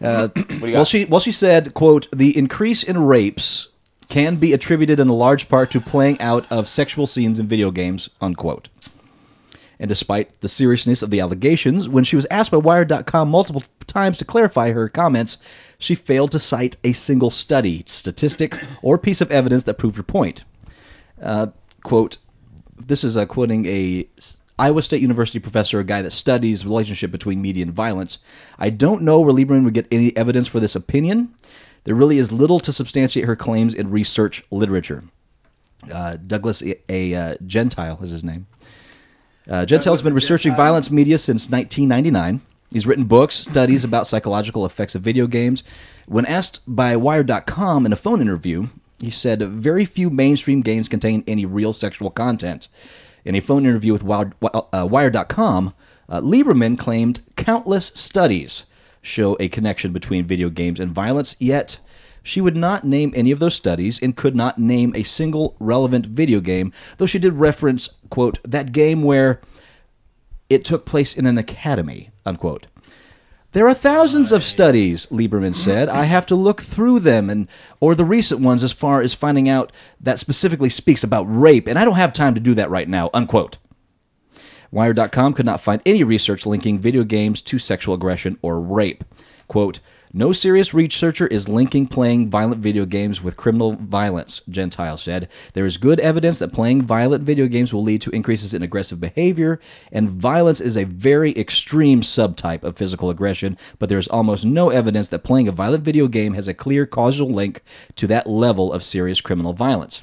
Uh,
What do you got?
well, she well she said, "quote The increase in rapes can be attributed in a large part to playing out of sexual scenes in video games." Unquote. And despite the seriousness of the allegations, when she was asked by Wired.com multiple times to clarify her comments, she failed to cite a single study, statistic, or piece of evidence that proved her point. Uh, quote, this is uh, quoting a s- Iowa State University professor, a guy that studies relationship between media and violence. I don't know where Lieberman would get any evidence for this opinion. There really is little to substantiate her claims in research literature. Uh, Douglas A. A uh, Gentile is his name. Uh, Gentile's been researching violence media since 1999. He's written books, studies about psychological effects of video games. When asked by Wired.com in a phone interview, he said very few mainstream games contain any real sexual content. In a phone interview with Wired, uh, Wired.com, uh, Lieberman claimed countless studies show a connection between video games and violence, yet she would not name any of those studies and could not name a single relevant video game, though she did reference, quote, that game where it took place in an academy, unquote. There are thousands of studies, Lieberman said. I have to look through them and or the recent ones as far as finding out that specifically speaks about rape, and I don't have time to do that right now. Unquote. Wired.com could not find any research linking video games to sexual aggression or rape. Quote, no serious researcher is linking playing violent video games with criminal violence, Gentile said. There is good evidence that playing violent video games will lead to increases in aggressive behavior, and violence is a very extreme subtype of physical aggression, but there is almost no evidence that playing a violent video game has a clear causal link to that level of serious criminal violence.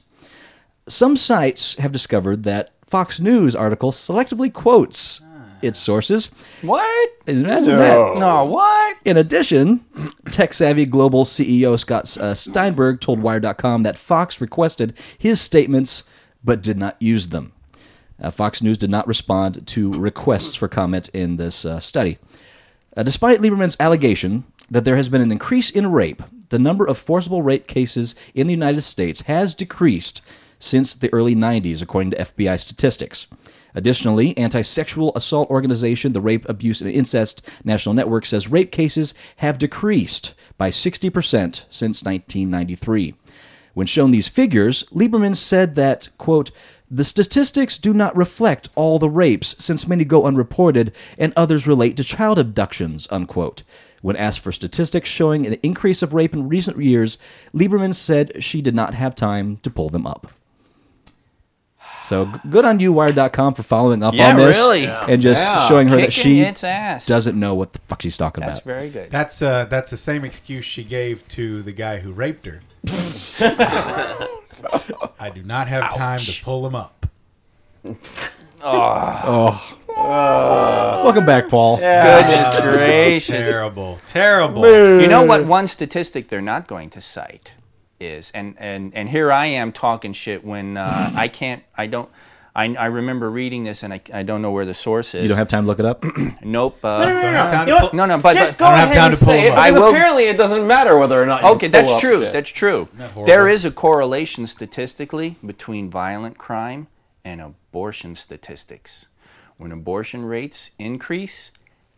Some sites have discovered that Fox News article selectively quotes its sources.
Ah. What?
Imagine that.
No, what?
In addition, tech savvy global CEO Scott uh, Steinberg told Wired.com that Fox requested his statements but did not use them. Uh, Fox News did not respond to requests for comment in this uh, study. Uh, despite Lieberman's allegation that there has been an increase in rape, the number of forcible rape cases in the United States has decreased since the early 90s, according to FBI statistics. Additionally, anti sexual assault organization, the Rape, Abuse, and Incest National Network, says rape cases have decreased by 60% since 1993. When shown these figures, Lieberman said that, quote, the statistics do not reflect all the rapes, since many go unreported and others relate to child abductions, unquote. When asked for statistics showing an increase of rape in recent years, Lieberman said she did not have time to pull them up. So g- good on you, Wired.com, for following up
Yeah,
on this
really.
and just
Yeah.
showing her that
Kicking
she
its ass.
doesn't know what the fuck she's talking
That's
about.
very good.
That's uh, that's the same excuse she gave to the guy who raped her. I do not have time to pull him up.
Welcome back, Paul.
Goodness gracious.
Terrible, terrible.
You know what? One statistic they're not going to cite is, and and and here I am talking shit when uh, I can't, I don't, I, I remember reading this and I, I don't know where the source is.
You don't have time to look it up.
Nope. Uh,
Don't have time
You
to
know
pull-
no, no, but,
Just
but
go
I don't have
ahead
time
and
to pull
say
them up.
it.
I
because
will-
Apparently, it doesn't matter whether or not. You
okay,
pull
that's
up
true.
shit.
That's true.
horrible?
There is a correlation statistically between violent crime and abortion statistics. When abortion rates increase,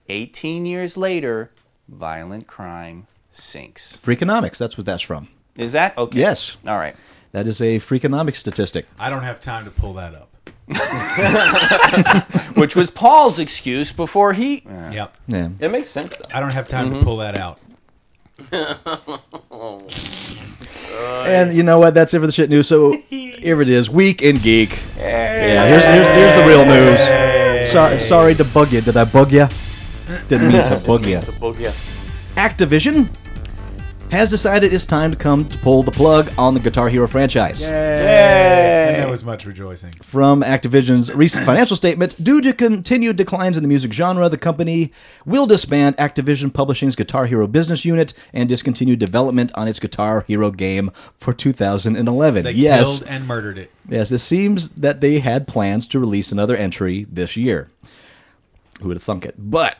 18 years later, violent crime sinks.
Freakonomics, that's what that's from.
Is that okay?
Yes.
All right.
That is a freakonomics statistic.
I don't have time to pull that up.
Which was Paul's excuse before he.
Yep.
Yeah.
It makes sense. Though.
I don't have time to pull that out.
And you know what? That's it for the shit news. So here it is, week in geek. Yeah, here's, here's, here's the real news. Sorry, sorry to bug you. Did I bug you? Didn't mean to bug you.
Well, yeah.
Activision has decided it's time to come to pull the plug on the Guitar Hero franchise.
And there was much rejoicing.
From Activision's recent financial statement, due to continued declines in the music genre, the company will disband Activision Publishing's Guitar Hero business unit and discontinue development on its Guitar Hero game for 2011.
They
yes,
killed and murdered it.
Yes, it seems that they had plans to release another entry this year. Who would have thunk it? But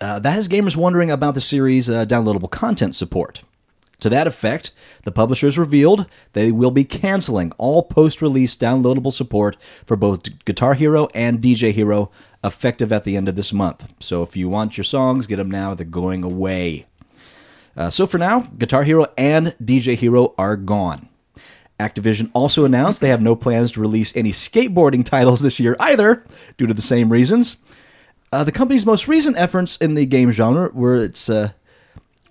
uh, that has gamers wondering about the series' uh, downloadable content support. To that effect, the publishers revealed they will be canceling all post release downloadable support for both Guitar Hero and DJ Hero effective at the end of this month. So if you want your songs, get them now. They're going away. Uh, so for now, Guitar Hero and DJ Hero are gone. Activision also announced they have no plans to release any skateboarding titles this year either, due to the same reasons. Uh, the company's most recent efforts in the game genre were its uh,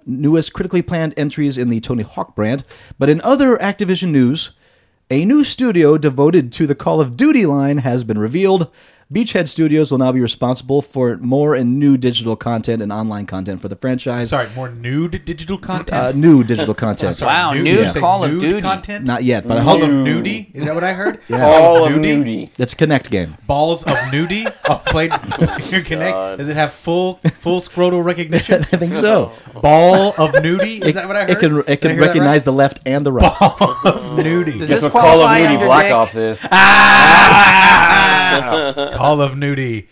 newest critically planned entries in the Tony Hawk brand. But in other Activision news, a new studio devoted to the Call of Duty line has been revealed. Beachhead Studios will now be responsible for more and new digital content and online content for the franchise.
Sorry, more nude digital
Uh,
content.
new digital content.
Sorry,
Wow,
nude?
nude
You say
Call of
nude
Duty.
content.
Not yet, but I
Call
hope
of nudie. Is that what I heard?
All of
Nudie?
nudie.
it's a Connect game.
Balls of nudie. Oh, played your connect. Does it have full full scrotal recognition?
I think so.
Ball of nudie. Is that what I heard?
It can
Did
it
I
can
hear that
recognize the left and the
right?
right.
Ball of nudie.
Does
That's
this
what Call of
qualify
Duty
under
Black
Dick?
Ops is.
Call of nudie.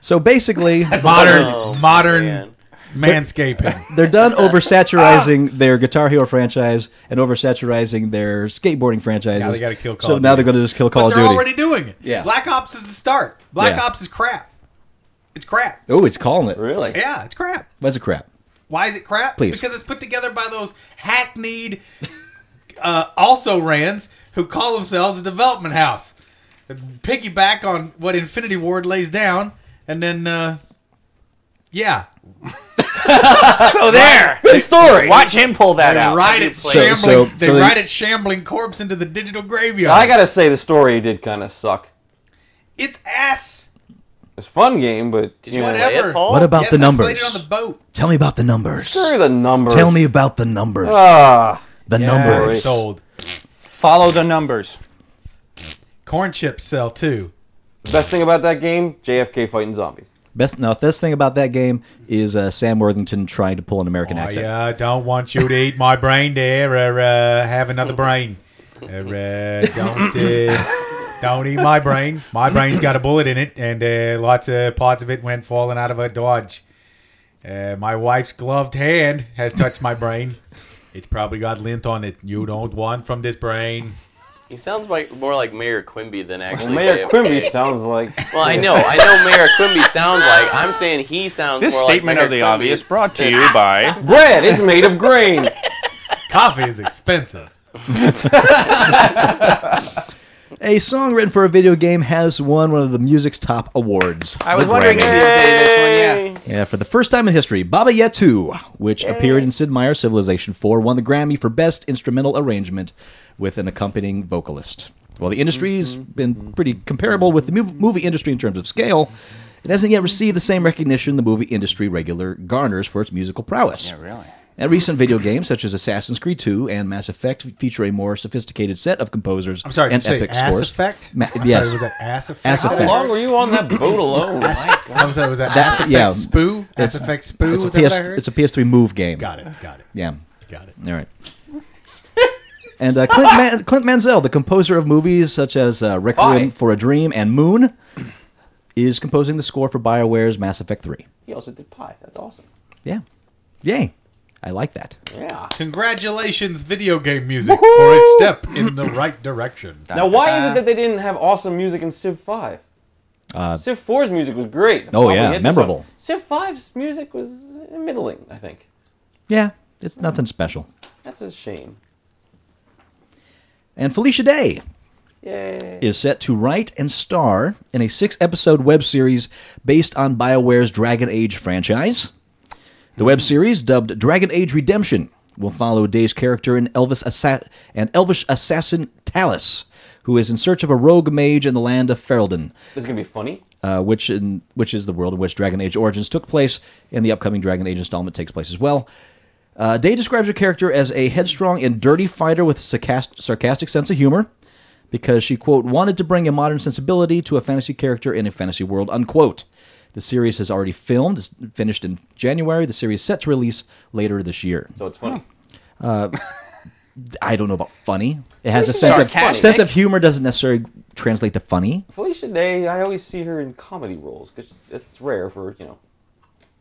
So basically,
Modern
Oh,
modern
man.
manscaping.
they're done
Ah.
oversaturizing their Guitar Hero franchise and oversaturizing their skateboarding franchises.
Now they gotta kill Call
so
of
now
Duty.
they're going to just kill Call
But
of
they're
Duty.
already doing it.
Yeah.
Black Ops is the start. Black
Yeah.
Ops is crap. It's crap.
Oh, it's calling it.
Really?
Yeah, it's crap.
That's a crap.
Why is it crap?
Please.
Because it's put together by those hackneyed uh, also rans who call themselves a development house. They Piggyback on what Infinity Ward lays down, and then, uh, yeah,
So there.
Good story.
Watch him pull that
they
out.
ride
you
it
play-
shambling.
So- so-
they
so they-
ride it shambling corpse into the digital graveyard.
I gotta say, the story did kind of suck.
it's ass.
It's a fun game, but
Did you
know,
play it,
Whatever.
Paul?
What about
Oh, Yes,
the
I played
numbers?
it on the boat.
Tell me about the numbers.
screw the numbers.
Tell me about the numbers.
Ah,
the
Yeah,
numbers.
sold.
Follow the numbers.
Corn chips sell too.
best thing about that game: JFK fighting zombies.
Best now, the best thing about that game is uh, Sam Worthington trying to pull an American
I
accent.
uh, don't want you to eat my brain there or uh, have another brain. Or, uh, don't, uh, don't eat my brain. My brain's got a bullet in it, and uh, lots of parts of it went falling out of a dodge. Uh, my wife's gloved hand has touched my brain. It's probably got lint on it. You don't want from this brain.
He sounds like more like Mayor Quimby than actually.
Mayor
JFK.
Quimby sounds like
Well, I know, I know Mayor Quimby sounds like. I'm saying he sounds.
This
more
statement
like
of the
Mayor Quimby.
obvious brought to you by.
bread. It's made of grain.
Coffee is expensive.
A song written for a video game has won one of the music's top awards.
I was
the
wondering if
Grammy.
you did this one. Yeah.
Yeah, for the first time in history, Baba Yetu, which appeared in Sid Meier's Civilization 4, won the Grammy for Best Instrumental Arrangement with an accompanying vocalist. While the industry's been pretty comparable with the mov- movie industry in terms of scale, it hasn't yet received the same recognition the movie industry regular garners for its musical prowess. Yeah,
really.
And recent video games such as Assassin's Creed 2 and Mass Effect feature a more sophisticated set of composers
I'm sorry,
and
did you say
epic
ass
scores.
effect?
Ma-
I'm
yes.
sorry, was that ass effect?
Ass
How
effect.
How long were you on that boat alone?
I'm sorry, was that
That's-
ass effect
yeah.
spoo? Ass
It's-
effect spoo?
It's a,
was that what I
PS-
heard?
it's a PS3 move game.
got it, got it,
Yeah.
got it.
All right. and uh, Clint, Man- Clint Mansell, the composer of movies such as uh, Requiem
Hi.
for a Dream and Moon, is composing the score for BioWare's Mass Effect 3.
He also did pie. That's awesome.
Yeah. Yay. I like that.
Yeah.
Congratulations, video game music, for a step in the right direction.
Now, why is it that they didn't have awesome music in Civ 5? Civ 4's music was great.
Uh, Oh,
Probably
yeah,
hit this
memorable.
up. Civ 5's music was middling, I think.
Yeah. It's nothing special.
That's a shame.
And Felicia Day
Yay.
is set to write and star in a six episode web series based on BioWare's Dragon Age franchise. The web series, dubbed Dragon Age Redemption, will follow Day's character and, Elvis assa- and elvish assassin Talus, who is in search of a rogue mage in the land of Ferelden,
This is going to be funny.
uh, which, in, which is the world in which Dragon Age Origins took place, and the upcoming Dragon Age installment takes place as well. Uh, Day describes her character as a headstrong and dirty fighter with a sarcast- sarcastic sense of humor because she, quote, wanted to bring a modern sensibility to a fantasy character in a fantasy world, unquote. The series has already filmed, it's finished in January. The series is set to release later this year.
So it's funny.
I don't know about funny. It has a sense of
Sarcastic?
sense of humor doesn't necessarily translate to funny.
Felicia Day, I always see her in comedy roles because it's rare for, you know,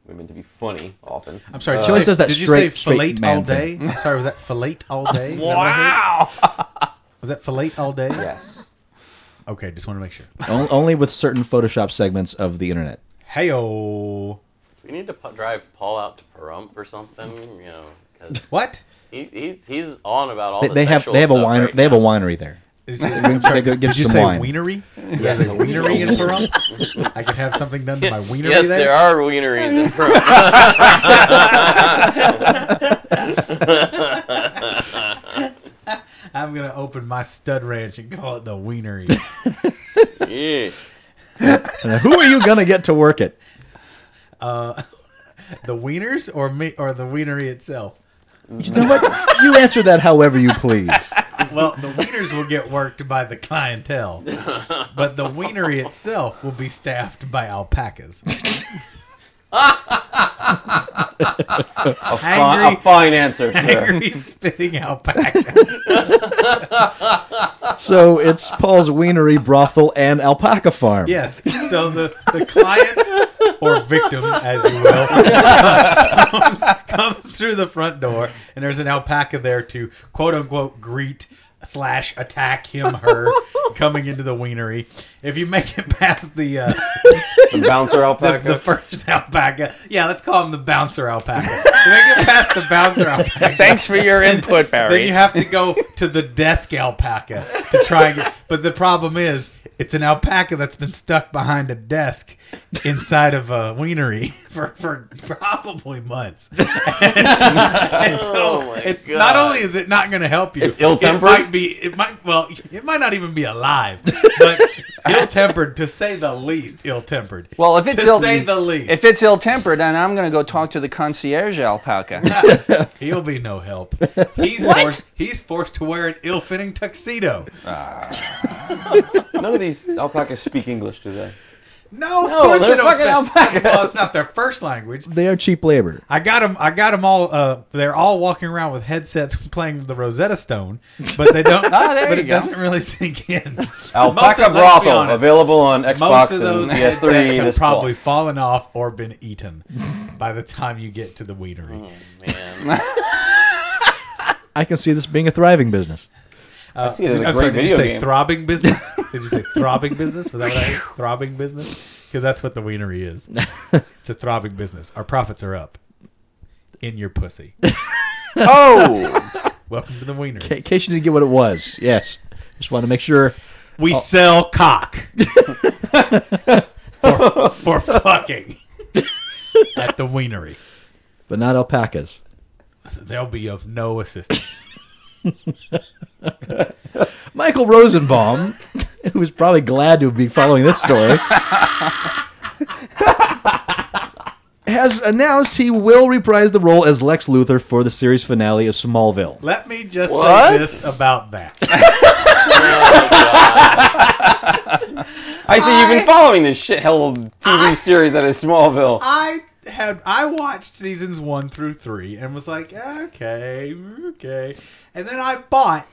women to be funny often.
I'm sorry, did
She always
you say-
does that
Did you
straight-
say
straight
fillet
man
all day?
thing.
I'm sorry, was that fillet all day? Is that what I heard?
Wow.
Was that fillet all day?
Yes.
Okay, just want to make sure.
On- Only with certain Photoshop segments of the internet.
Heyo,
We need to pu- drive Paul out to Pahrump or something, you know, because
what?
he, he's he's on about all
They,
the
they have
sexual
they have a
stuff
wine
right
they have a
now.
winery there.
Is it, I'm sorry,
They go get
did you
some
say
wine.
wienery? There's a wienery in Pahrump? I could have something done to my wienery
Yes,
there?
there are wieneries in Pahrump.
I'm going to open my stud ranch and call it the wienery.
yeah.
Now, who are you gonna get to work it?
the wieners or me or the wienery itself?
You know what? You answer that however you please.
Well, the wieners will get worked by the clientele, but the wienery itself will be staffed by alpacas.
Fi-
angry,
a fine answer, sir.
angry spitting alpacas.
So it's Paul's Wienery Brothel and Alpaca Farm.
Yes. So the, the client or victim, as you will, comes, comes through the front door, and there's an alpaca there to quote unquote greet slash attack him her coming into the wienery. If you make it past the uh,
The bouncer
The,
alpaca.
the first alpaca. Yeah, let's call him the bouncer alpaca. To make it past the bouncer alpaca.
Thanks for your input, Barry.
Then you have to go to the desk alpaca to try and get. But the problem is, it's an alpaca that's been stuck behind a desk inside of a wienery for, for probably months. And, and so
Oh my
it's
God.
not only is it not going to help you,
It's ill-tempered?
It might be. It might. Well, it might not even be alive. But ill-tempered, to say the least, ill-tempered.
well, if it's
to
ill,
say the least,
if it's ill-tempered, then I'm going to go talk to the concierge alpaca.
He'll be no help. He's forced. He's forced to wear an ill-fitting tuxedo.
None of these alpacas speak English, do they?
No, of course
they're
they don't
fucking
speak.
alpacas.
Well, it's not their first language.
They are cheap labor.
I got them. I got them all. Uh, they're all walking around with headsets playing the Rosetta Stone, but they don't.
Ah, there
but
you
it
go.
doesn't really sink in. Most
Alpaca
of- let's be
brothel
honest,
available on Xbox
Most of those
and
headsets
PS3
have
this
probably
probably
fallen off or been eaten by the time you get to the wienery.
Man.
I can see this being a thriving business.
I see it as a
I'm
great
sorry, did you
video
say
game.
throbbing business? did you say throbbing business? Was that what I heard? Throbbing business? Because that's what the wienery is. it's a throbbing business. Our profits are up. In your pussy.
oh,
Welcome to the wienery.
In case you didn't get what it was, yes. Just want to make sure.
We
Oh.
sell cock for, for fucking at the wienery.
But not alpacas.
They'll be of no assistance.
Michael Rosenbaum, who was probably glad to be following this story, has announced he will reprise the role as Lex Luthor for the series finale of Smallville.
Let me just
What?
say this about that.
I see you've been following this shithole TV series that is Smallville.
I had I watched seasons one through three and was like, okay, okay, and then I bought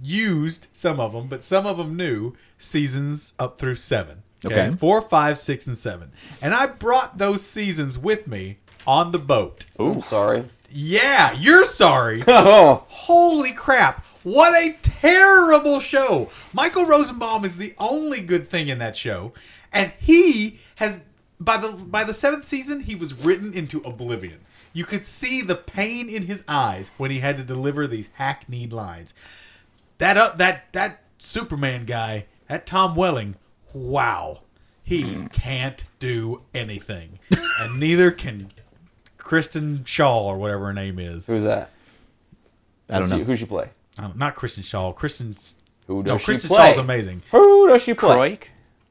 used some of them, but some of them new seasons up through seven.
Okay.
four, five, six, and seven, and I brought those seasons with me on the boat.
I'm sorry.
Yeah, you're sorry.
Oh,
Holy crap! What a terrible show! Michael Rosenbaum is the only good thing in that show, and he has by the by the seventh season he was written into oblivion. You could see the pain in his eyes when he had to deliver these hackneyed lines. That up that that Superman guy, that Tom Welling, wow, he can't do anything, and neither can Kristen Shaw or whatever her name is.
who's that?
I don't
Who's she-
know.
Who she play?
Um, not Kristen Shaw. Kristen's
Who does
no,
she
Kristen
play?
Shaw's amazing.
Who does she play?
Croik.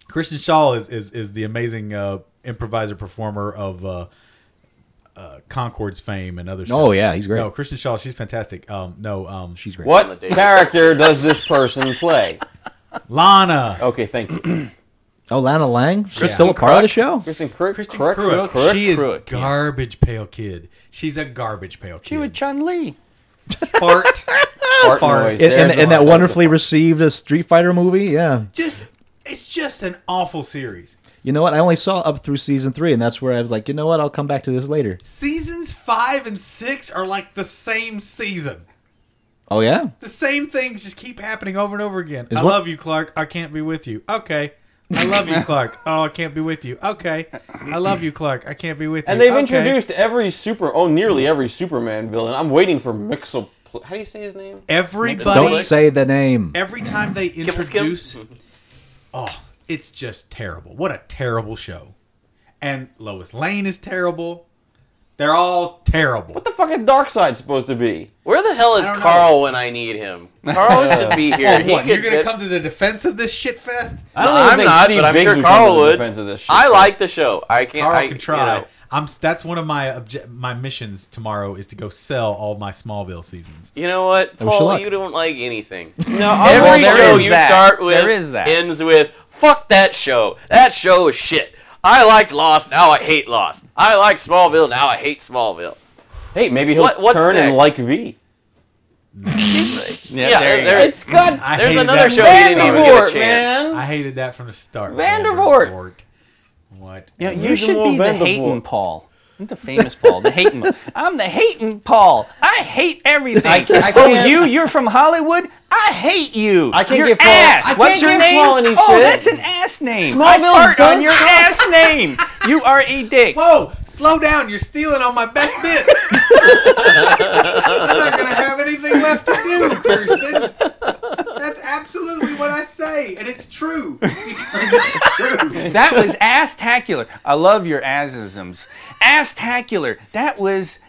Kristen Shaw is is, is the amazing uh, improviser performer of uh, uh, Concord's fame and other stuff.
Oh, yeah, he's great.
No, Kristen Shaw, she's fantastic. Um, no, um,
She's great.
What character does this person play?
Lana.
Okay, thank you.
Oh, Lana Lang? She's still a part of the show?
Kristen Crook.
Kristen
Crook?
Crook.
Crook?
She is
Crook, yeah.
garbage pale kid. She's a garbage pale kid.
She was Chun Li.
fart.
Fart
Fart.
noise.
In, in,
There's
in
the-
that wonderfully received uh Street Fighter movie? Yeah.
just it's just an awful series.
You know what? I only saw up through season three, and that's where I was like, you know what? I'll come back to this later.
Seasons five and six are like the same season.
Oh, yeah?
The same things just keep happening over and over again. I
what-
love you, Clark. I can't be with you. Okay. I love you, Clark. Oh, I can't be with you. Okay. I love you, Clark. I can't be with you.
And they've
Okay.
introduced every super, oh, nearly every Superman villain. I'm waiting for Mixel. How do you say his name?
everybody.
Don't say the name.
every time they
Skip, skip.
introduce, oh, it's just terrible. What a terrible show. And Lois Lane is terrible. They're all terrible.
What the fuck is Darkseid supposed to be?
Where the hell is
don't know. Oh,
Carl when I need him? Carl should be here. He
What,
could
you're gonna
get-
come to the defense of this shit fest?
I don't
No,
even
I'm
think
not,
Steve
but I'm
Biggs
sure
would
Carl
come to the
would.
defense Of this shit.
I like the show. I can't.
Carl
I
can try.
You know,
I'm. s- That's one of my obje- my missions tomorrow is to go sell all my Smallville seasons.
you know what,
wish you
Paul?
luck.
You don't like anything.
No,
Every
there
show
is
you
that.
start with
There is that.
ends with "fuck that show." That show is shit. I liked Lost. Now I hate Lost. I like Smallville. Now I hate Smallville.
Hey, maybe he'll
What- what's
turn and
next?
like V.
Yeah, there,
you go.
there-
It's got
I
there's
hated
another
that
show
from
you
the
didn't even
start.
get a
Vandervoort,
chance.
man.
I hated that from the start.
Vandervoort.
What?
You, know, you
He's the
should
little
be the
Vanderbilt.
hating Paul. I'm the famous Paul, the hating. I'm the hating Paul. I hate everything.
I ca- I
oh,
can't-
you? You're from Hollywood? I hate you.
I can't
your
give Paul-
ass.
I
What's
can't
your
give
name?
Paul any
oh,
shit.
that's an ass name. I
Smallville
fart on
does
your
suck.
ass name. You are a dick.
Whoa, slow down. You're stealing all my best bits. I'm not going to have anything left to do, Kirsten. That's absolutely what I say, and it's true. It's true.
That was ass-tacular. I love your assisms. Ass-tacular. That was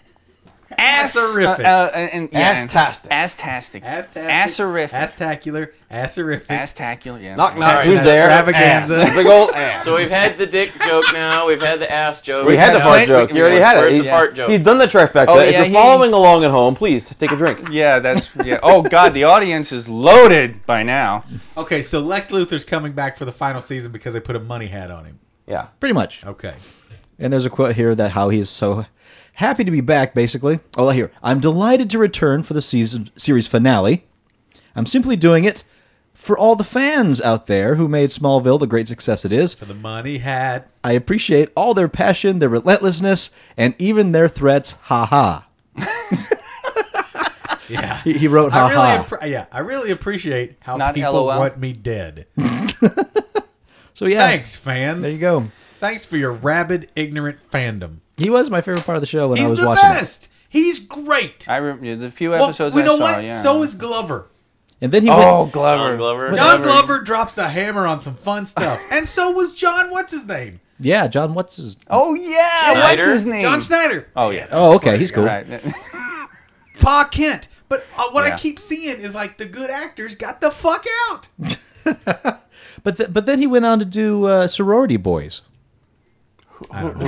ass
Asserific.
uh, uh, and, yeah, and-
Ass-tastic.
Ass-tastic.
Assastic,
Asserific.
Astacular. Asserific.
Ass-tacular. Yeah.
Knock,
That's
knock. Who's
an
there?
extravaganza.
Ass. Big old ass.
So we've had the dick joke now. We've had the ass joke.
we had the
now-
fart joke. You already had it.
Where's
He's,
the fart joke?
he's done the trifecta.
Oh,
if
yeah,
you're
he-
following along at home, please take a drink.
Yeah, that's yeah. Oh God, the audience is loaded by now.
Okay, so Lex Luthor's coming back for the final season because they put a money hat on him.
Yeah.
Pretty much.
Okay.
And there's a quote here that how he is so happy to be back, basically. Oh, here. I'm delighted to return for the season series finale. I'm simply doing it for all the fans out there who made Smallville the great success it is.
For the money hat.
I appreciate all their passion, their relentlessness, and even their threats. Ha ha.
Yeah.
He, he wrote ha
I
ha.
really, appre- yeah, I really appreciate how
Not
people
LOL.
want me dead.
so yeah,
Thanks, fans.
There you go.
Thanks for your rabid, ignorant fandom.
He was my favorite part of the show when I
He's
was
the
watching. it.
best. He's great.
I re- the few
Well,
episodes
you know
I saw.
what?
Yeah.
So is Glover.
And then he
oh
went.
Glover.
John Glover.
John Glover drops the hammer on some fun stuff, and so was John. What's his name?
Yeah, John. What's his?
Oh yeah, what's
Snyder?
his name?
John Schneider.
oh yeah.
Oh, okay, he's cool.
Right.
Pa Kent. But uh, what
Yeah.
I keep seeing is like the good actors got the fuck out.
But th- but then he went on to do uh, Sorority Boys. Rosenbaum.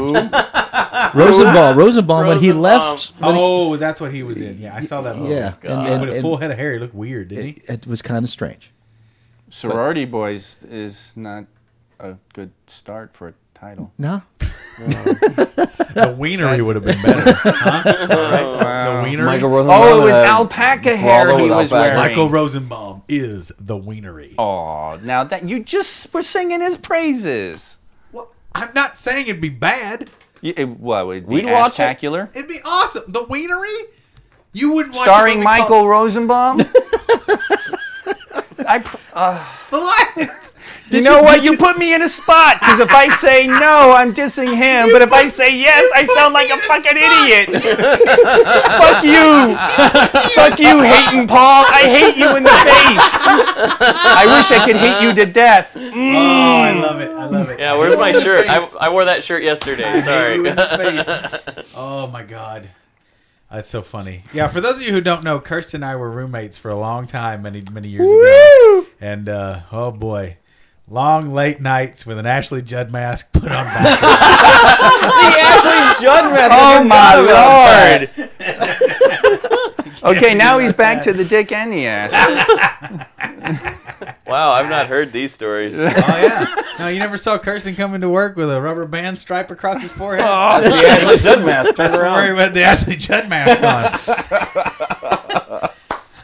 Rosenbaum. When he
Rosenbaum.
left. when he-
Oh, that's what he was in. Yeah, I saw that. Movie.
yeah, and,
With
and,
a
and
full head of hair, he looked weird, didn't he?
it, it was kind of strange.
Sorority Boys is not a good start for a title.
No.
The wienery would have been better. Huh? The wienery.
Michael Rosenbaum.
Oh, it was
uh,
alpaca hair
Waldo
he
with
was
alpaca.
wearing.
Michael Rosenbaum is the wienery.
Oh, now that you just were singing his praises.
Well, I'm not saying it'd be bad.
You- It, what would it be
We'd watch it.
Ass-tacular?
It'd be awesome. The wienery? You wouldn't watch
starring
a movie
Michael
called
Rosenbaum. I, pr- uh,
The Lions.
you know what? You put me in a spot because if I say no, I'm dissing him. but if I say yes, I sound like a fucking idiot. Fuck you. Fuck you, hating Paul. I hate you in the face. I wish I could hate you to death.
Oh, I love it. I love it.
Yeah, where's my shirt? I, I wore that shirt yesterday.
Hit you in
Sorry.
the face. Oh my god. That's so funny. Yeah, for those of you who don't know, Kirsten and I were roommates for a long time, many many years ago. And uh, oh boy, long late nights with an Ashley Judd mask put on. Backwards.
Ashley Judd mask.
Oh
I
my
forgot about that.
lord. Okay, now he's back to the dick and the ass.
Wow, I've not heard these stories.
oh yeah. No, you never saw Kirsten come into work with a rubber band stripe across his forehead.
The Ashley Judd mask. Turn
That's where he
around.
had the Ashley Judd mask on.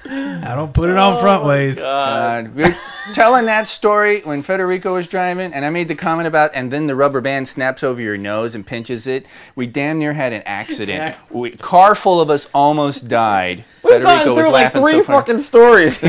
I don't put it on front ways.
Uh, we were telling that story when Federico was driving, and I made the comment about, and then the rubber band snaps over your nose and pinches it. We damn near had an accident. We, car full of us almost died.
We've gotten through like three
hard.
fucking stories.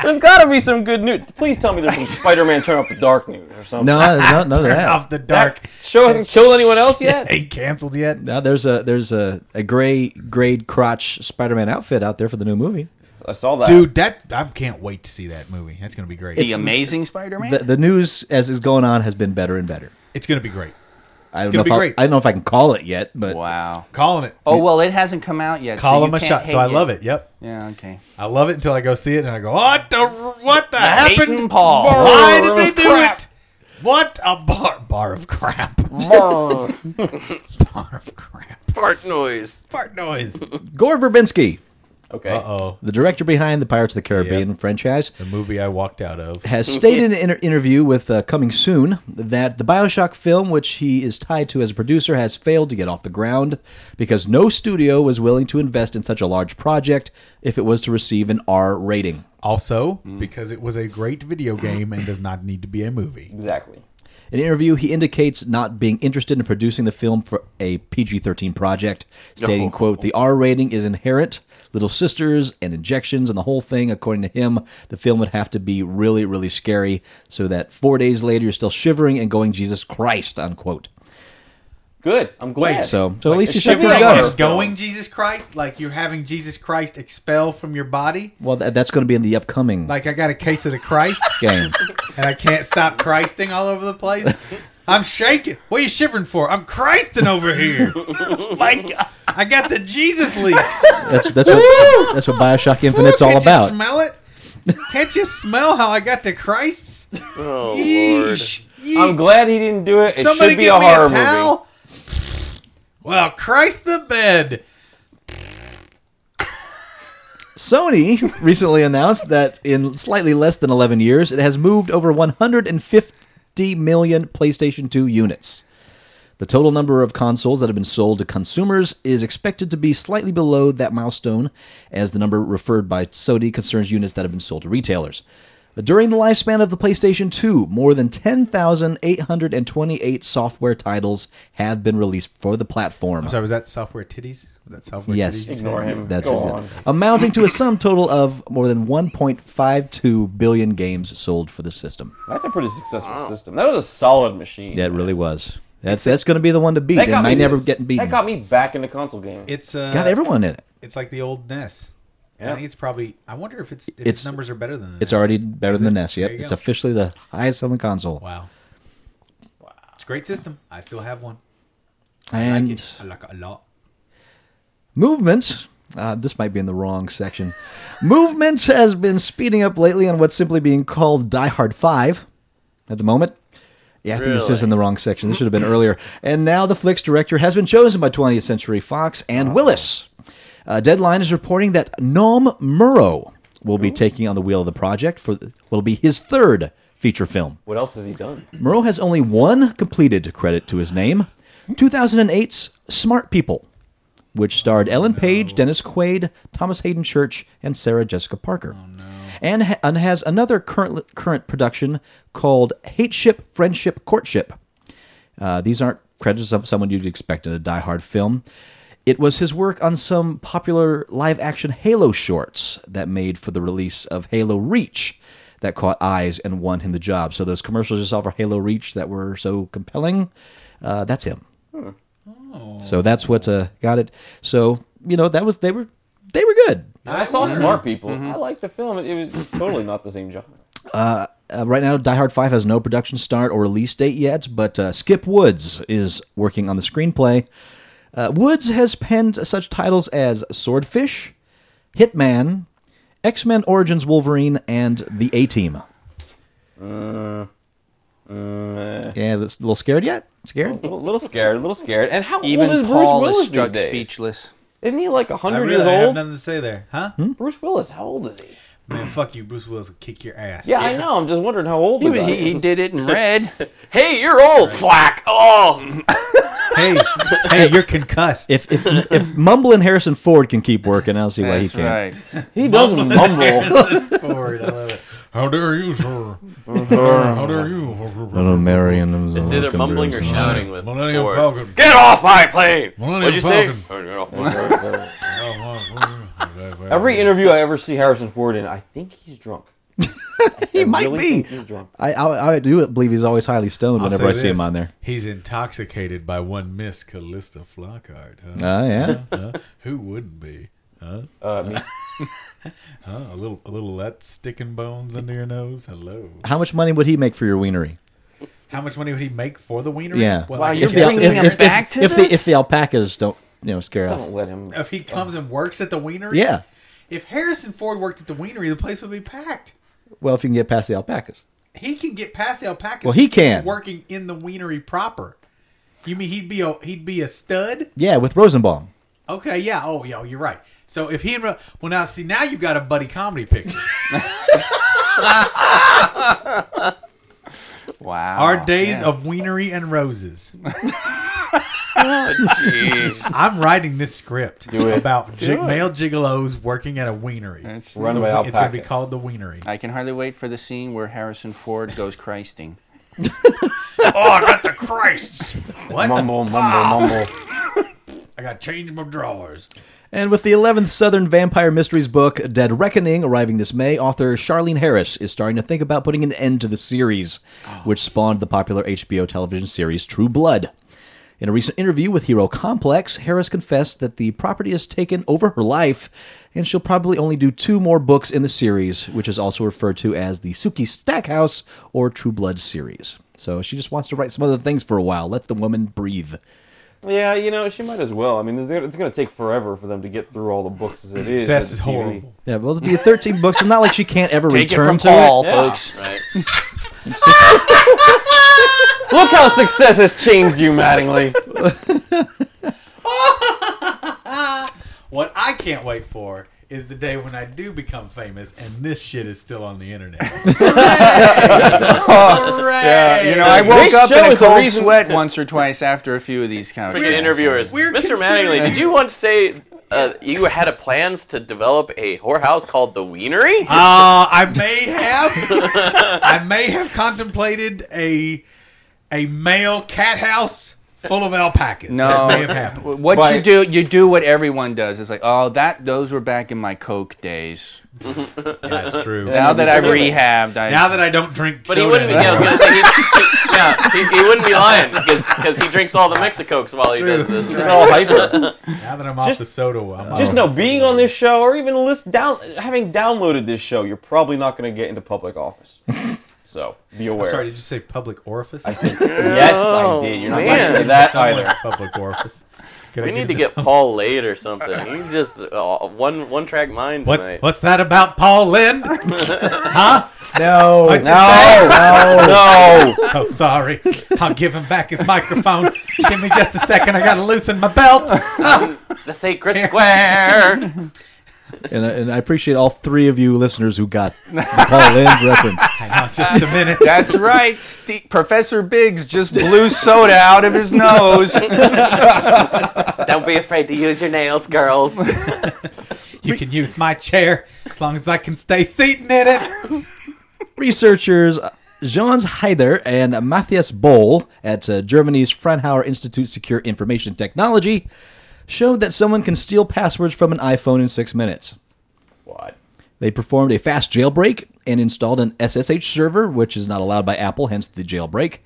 There's got to be some good news. Please tell me there's some Spider-Man turn off the dark news or something.
No, there's no, none of that.
Off the dark.
Show hasn't killed anyone else yet.
Ain't canceled yet.
Now there's a there's a, a gray grade crotch Spider-Man outfit out there for the new movie.
I saw that.
Dude, that I can't wait to see that movie. That's gonna be great.
The
It's,
Amazing Spider-Man.
The, the news as is going on has been better and better.
gonna be great.
I don't
gonna
know
be
if I'll-
great.
I don't know if I can call it yet, but
wow.
Calling it.
Oh well, it hasn't come out yet.
Call
so
him a shot. So I love it. Yep,
Yeah. Okay.
I love it until I go see it and I go, what the what the
Peyton
happened?
Paul.
Why did they do it? What a bar bar of crap. bar of crap.
Fart noise.
Fart noise.
Gore Verbinski,
okay.
Uh oh,
the director behind the Pirates of the Caribbean franchise,
the movie I walked out of.
has stated in an inter- interview with uh, Coming Soon that the Bioshock film, which he is tied to as a producer, has failed to get off the ground because no studio was willing to invest in such a large project if it was to receive an R rating.
Also, because it was a great video game and does not need to be a movie.
Exactly.
In an interview, he indicates not being interested in producing the film for a PG 13 project, stating,
Oh.
No.
quote, The R rating is inherent, little sisters and injections and the whole thing. According to him, the film would have to be really, really scary so that four days later you're still shivering and going, Jesus Christ, unquote.
Good. I'm glad.
So, so at least he stuck
Shivering
to his
is
guns.
going Jesus Christ, like you're having Jesus Christ expelled from your body.
Well, that, that's going to be in the upcoming
Like I got a case of the Christ,
game.
and I can't stop Christing all over the place. I'm shaking. What are you shivering for? I'm Christing over here.
My God.
I got the Jesus leaks.
That's that's what, that's what Bioshock Infinite's
Ooh,
all
can't
about.
You smell it? Can't you smell how I got the Christs?
Oh lord.
Yeesh. Yeesh.
I'm glad he didn't do it. It
Somebody
should be
give
a
me
horror
a towel. Well, Christ the bed.
Sony recently announced that in slightly less than 11 years, it has moved over 150 million PlayStation 2 units. The total number of consoles that have been sold to consumers is expected to be slightly below that milestone, as the number referred by Sony concerns units that have been sold to retailers. During the lifespan of the PlayStation 2, more than 10,828 software titles have been released for the platform.
So was that software titties? Was that software
Yes,
titties?
Ignore him.
That's
Go
it.
on.
Amounting to a sum total of more than 1.52 billion games sold for the system.
That's a pretty successful system. That was a solid machine.
Yeah, it really was. That's that's going to be the one to beat.
That
It
got
may
me
never
this-
get beaten.
That got me back into console gaming.
It's uh,
Got everyone in it.
It's like the old NES. I
Yeah.
think it's probably. I wonder if it's if
It's-
its numbers are better than. The
It's
NES.
already better than the NES. Yep,
There you
it's
go.
officially the highest selling console.
Wow. It's a great system. I still have one. I like
And
it. I like it a lot.
Movement. Uh, this might be in the wrong section. Movement has been speeding up lately on what's simply being called Die Hard 5 at the moment. Yeah, I think this is
Really?
in the wrong section. This should have been earlier. And now the flick's director has been chosen by 20th Century Fox and Willis. Uh, Deadline is reporting that Noam Murrow will be taking on the wheel of the project for will be his third feature film.
what else has he done?
Murrow has only one completed credit to his name 2008's Smart People, which starred Ellen Page, Dennis Quaid, Thomas Hayden Church, and Sarah Jessica Parker. And, ha- and has another current, current production called Hate Ship, Friendship, Courtship. Uh, these aren't credits of someone you'd expect in a Die Hard film. It was his work on some popular live action Halo shorts that made for the release of Halo Reach that caught eyes and won him the job. So those commercials you saw for Halo Reach that were so compelling, uh, that's him. So that's what uh, got it. So you know that was they were they were good.
I saw Smart People. I liked the film. It, it was totally not the same genre.
Uh, right now, Die Hard 5 has no production start or release date yet, but uh, Skip Woods is working on the screenplay. Uh, Woods has penned such titles as Swordfish, Hitman, X Men Origins Wolverine, and The A Team. Yeah, that's a little scared yet? Scared?
A little, little scared, a little scared. And how
Even
old is
Paul
Bruce Willis
is struck
these days?
speechless.
Isn't he like
I
100
really
years
have
old?
nothing to say there, huh?
Hmm?
Bruce Willis, how old is he?
Man, fuck you. Bruce Willis will kick your ass.
Yeah, I know. I'm just wondering how old
He,
the
was,
guy
he, he
is.
did it in red.
Hey, you're old, Flack. Oh,
Hey, hey, you're concussed.
If, if, if Mumble and Harrison Ford can keep working, I'll see why he
That's
can't.
right.
He does mumble.
forward. I love it. How dare you, sir? How dare you?
Little Marion and
it's either mumbling or shouting with.
Millennium
Ford.
Falcon.
Get off my plane!
Millennium
What'd you say?
Falcon. Oh,
Oh, get off my plane.
Every interview I ever see Harrison Ford in, I think he's drunk.
He
I
might
really
be.
think He's drunk.
I, I, I do believe he's always highly stoned
I'll
whenever I
say
see him
this.
on there.
He's intoxicated by one Miss Callista Flockhart. Huh?
Oh, yeah.
Huh? Who wouldn't be? Huh?
Uh, me-
Huh? A little, a little of that sticking bones under your nose. Hello.
How much money would he make for your wienery?
How much money would he make for the wienery?
Yeah.
Well,
Wow,
I
you're
guess
bringing him
if,
back to
if
this?
The, if the alpacas don't, you know, scare off.
don't let him.
if he comes and works at the wienery,
Yeah.
If Harrison Ford worked at the wienery, the place would be packed.
Well, if you can get past the alpacas.
He can get past the alpacas.
Well, he can.
working in the wienery proper. You mean he'd be a he'd be a stud?
Yeah, with Rosenbaum.
Okay, yeah. Oh, yo, you're right. So if he and Ro- well now see now you got a buddy comedy picture.
Oh,
Wow.
Our days of wienery and roses.
Jeez.
I'm writing this script
Do it.
about jig-
it.
male gigolos working at a wienery.
That's-
Run by
It's going to be
alpacas.
called the wienery.
I can hardly wait for the scene where Harrison Ford goes Christing.
oh, I got the Christs. What?
Mumble,
Ah.
mumble, mumble.
I got change my drawers.
And with the 11th Southern Vampire Mysteries book, Dead Reckoning, arriving this May, author Charlene Harris is starting to think about putting an end to the series, which spawned the popular HBO television series True Blood. In a recent interview with Hero Complex, Harris confessed that the property has taken over her life, and she'll probably only do two more books in the series, which is also referred to as the Suki Stackhouse or True Blood series. So she just wants to write some other things for a while. Let the woman breathe.
Yeah, you know, she might as well. I mean, it's gonna- it's going to take forever for them to get through all the books as it is.
Success
at
is
the TV.
horrible.
Yeah, well, it'll be 13 books. It's not like she can't ever
Take it
return
from
to
Paul,
it.
folks.
right?
Look how success has changed you, Mattingly.
What I can't wait for is the day when I do become famous and this shit is still on the internet. Hooray!
Yeah, you know, I woke
This
up
show
in a
is the
cold
reason-
sweat once or twice after a few of these kind of
Freaking interviewers.
We're
Mr.
considering-
Mattingly, did you once say uh, you had a plans to develop a whorehouse called the Wienery?
Uh, I may have, I may have contemplated a a male cat house full of alpacas. that may have
No,
happened.
what
But-
you do, you do what everyone does. It's like, oh, that those were back in my Coke days.
That's true.
Now that I've
different.
rehabbed, I
now that I don't drink
But he
soda
wouldn't. Be, yeah, I was
anymore.
gonna say, he, he- yeah, he, he wouldn't be lying because he drinks all the Mexicokes while he
True.
does this.
Right.
It's all hyper.
now that I'm off
Just-
the soda, I'm
Just
off
know,
the
being
soda.
on this show or even list down, having downloaded this show, you're probably not going to get into public office. So be aware.
Sorry, did you say public orifice?
I said, yes, I did. You're not
Oh, man.
going to do that
Someone
either.
Public orifice. Can I
We
give
need
it
to get
some-
Paul laid or something. He's just uh, one one track mind
What's
tonight.
what's that about Paul Lynn? huh?
No,
No, no.
Oh, sorry. I'll give him back his microphone. give me just a second. I gotta loosen my belt.
The sacred square.
and, I- and I appreciate all three of you listeners who got the Paul Lynn reference.
Hang on just a minute.
That's right. Ste Professor Biggs just blew soda out of his nose.
Don't be afraid to use your nails, girls.
You can use my chair as long as I can stay seated in it.
Researchers Jans Heider and Matthias Boll at uh, Germany's Fraunhofer Institute Secure Information Technology showed that someone can steal passwords from an iPhone in six minutes.
What?
They performed a fast jailbreak and installed an SSH server, which is not allowed by Apple, hence the jailbreak.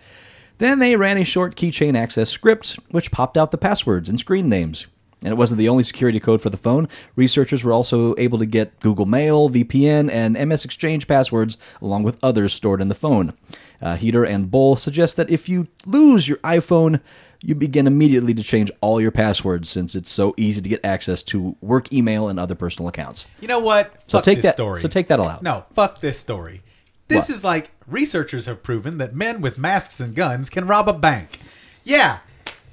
Then they ran a short keychain access script, which popped out the passwords and screen names. And it wasn't the only security code for the phone. Researchers were also able to get Google Mail, VPN, and MS Exchange passwords, along with others stored in the phone. Uh, Heater and Bowl suggest that if you lose your iPhone, you begin immediately to change all your passwords since it's so easy to get access to work email and other personal accounts.
You know what?
So
fuck
take
this
that.
story.
So take that all out.
No, fuck this story. This
What?
is like researchers have proven that men with masks and guns can rob a bank. Yeah,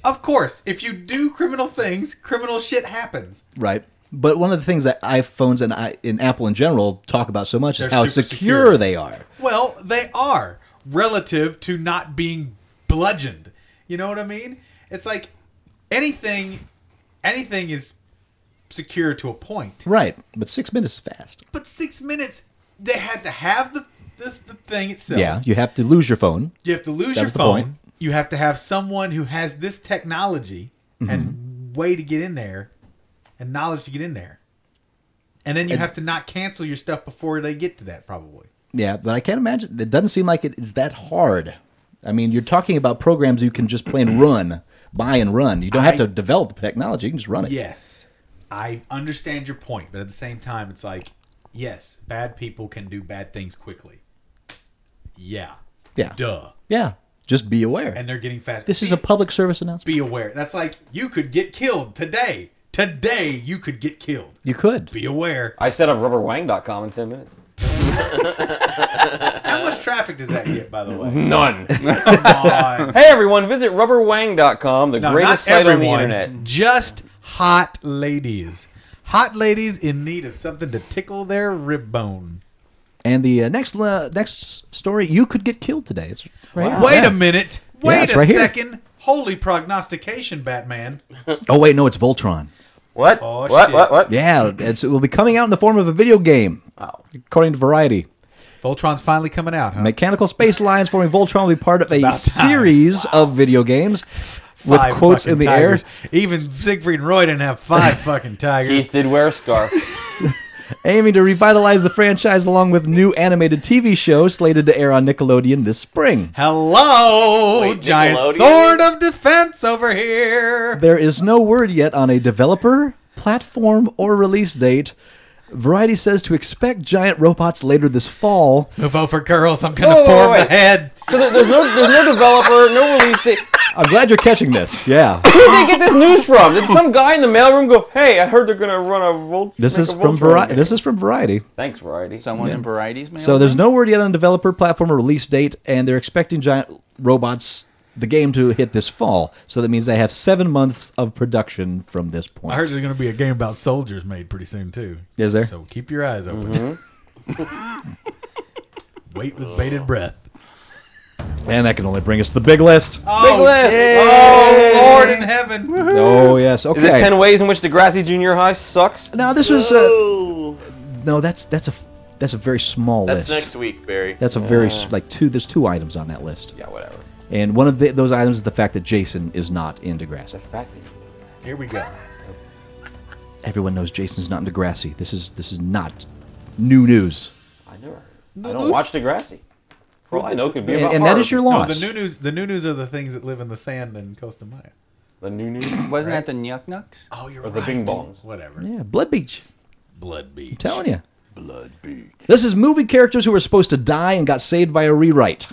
of course. If you do criminal things, criminal shit happens.
Right. But one of the things that iPhones and I, in Apple in general talk about so much is
They're
how
super
secure,
secure.
they are.
Well, they are relative to not being bludgeoned. You know what I mean? It's like anything anything is secure to a point.
Right. But six minutes is fast.
But 6 minutes they had to have the the, the thing itself.
Yeah. You have to lose your phone.
You have to lose
That
your
was the
phone.
point.
You have to have someone who has this technology
Mm-hmm.
and way to get in there and knowledge to get in there. And then you have to not cancel your stuff before they get to that probably.
Yeah. But I can't imagine. It doesn't seem like it is that hard. I mean, you're talking about programs you can just play and run, buy and run. You don't have
I-
to develop the technology. You can just run it.
Yes. I understand your point, but at the same time it's like yes, bad people can do bad things quickly. Yeah.
Yeah.
Duh.
Yeah. Just be aware.
And they're getting fat.
this is a public service announcement.
be aware. That's like you could get killed today. Today you could get killed.
You could.
Be aware.
I set up rubberwang.com in 10 minutes.
How much traffic does that get, by the way?
None. hey,
Come on.
everyone, visit rubberwang.com, the
No,
greatest
not
site on the
everyone,
internet.
Just hot ladies. Hot ladies in need of something to tickle their rib bone.
And the uh, next uh, next story, you could get killed today. It's right here.
Wait
Yeah.
a minute.
Yeah,
Wait
it's
a
right here.
second. Holy prognostication, Batman.
Oh wait, no, it's Voltron.
What?
Oh,
what?
shit.
What? What?
Yeah, it's, it will be coming out in the form of a video game, according to Variety.
Voltron's finally coming out, huh?
Mechanical Space Lions forming Voltron will be part of a series of video games with
Five
quotes in
fucking
the
tigers.
air
Even Siegfried and Roy didn't have five fucking tigers.
Keith did wear a scarf.
aiming to revitalize the franchise along with new animated TV show slated to air on Nickelodeon this spring.
Hello,
Wait,
giant
Nickelodeon?
thorn of defense over here.
There is no word yet on a developer, platform, or release date. Variety says to expect giant robots later this fall.
Move over, girls. I'm gonna
Whoa, whoa,
form
wait.
the head.
So there- there's no there's no developer, no release date.
I'm glad you're catching this. Yeah.
Where did they get this news from? Did some guy in the mailroom go, "Hey, I heard they're gonna run a Volt."
This
make
is
a
from
Voltron
Variety.
game."
This is from Variety.
Thanks, Variety.
Someone in Varieties, man.
So there's no word yet on developer, platform, or release date, and they're expecting Giant Robots, the game, to hit this fall. So that means they have seven months of production from this point.
I heard there's gonna be a game about soldiers made pretty soon too.
Is there?
So keep your eyes open.
Mm-hmm.
Wait with
Oh.
bated breath.
and that can only bring us to the big list. Oh,
Big list.
Oh Lord in heaven.
Oh, yes. Okay.
Is it ten ways in which Degrassi Junior High sucks?
now this was uh, no. That's that's a that's a very small
That's
list.
next week, Barry.
That's a very s like two. There's two items on that list,
Yeah, whatever.
and one of the, those items is the fact that Jason is not in Degrassi.
Fact.
Here we go.
Everyone knows Jason's not in Degrassi. This is this is not new news,
I never. I don't watch Degrassi. For all I know, it could be
and,
about
and that is your
horror.
No,
loss.
the new news. The new news are the things that live in the sand in Costa Maya.
the new news
Wasn't that the Nyuk Nucks?
Oh, you're
or the Bing Bongs. Mm-hmm.
Whatever.
yeah, Blood Beach.
Blood beat.
telling you. Blood beat. This is movie characters who were supposed to die and got saved by a rewrite.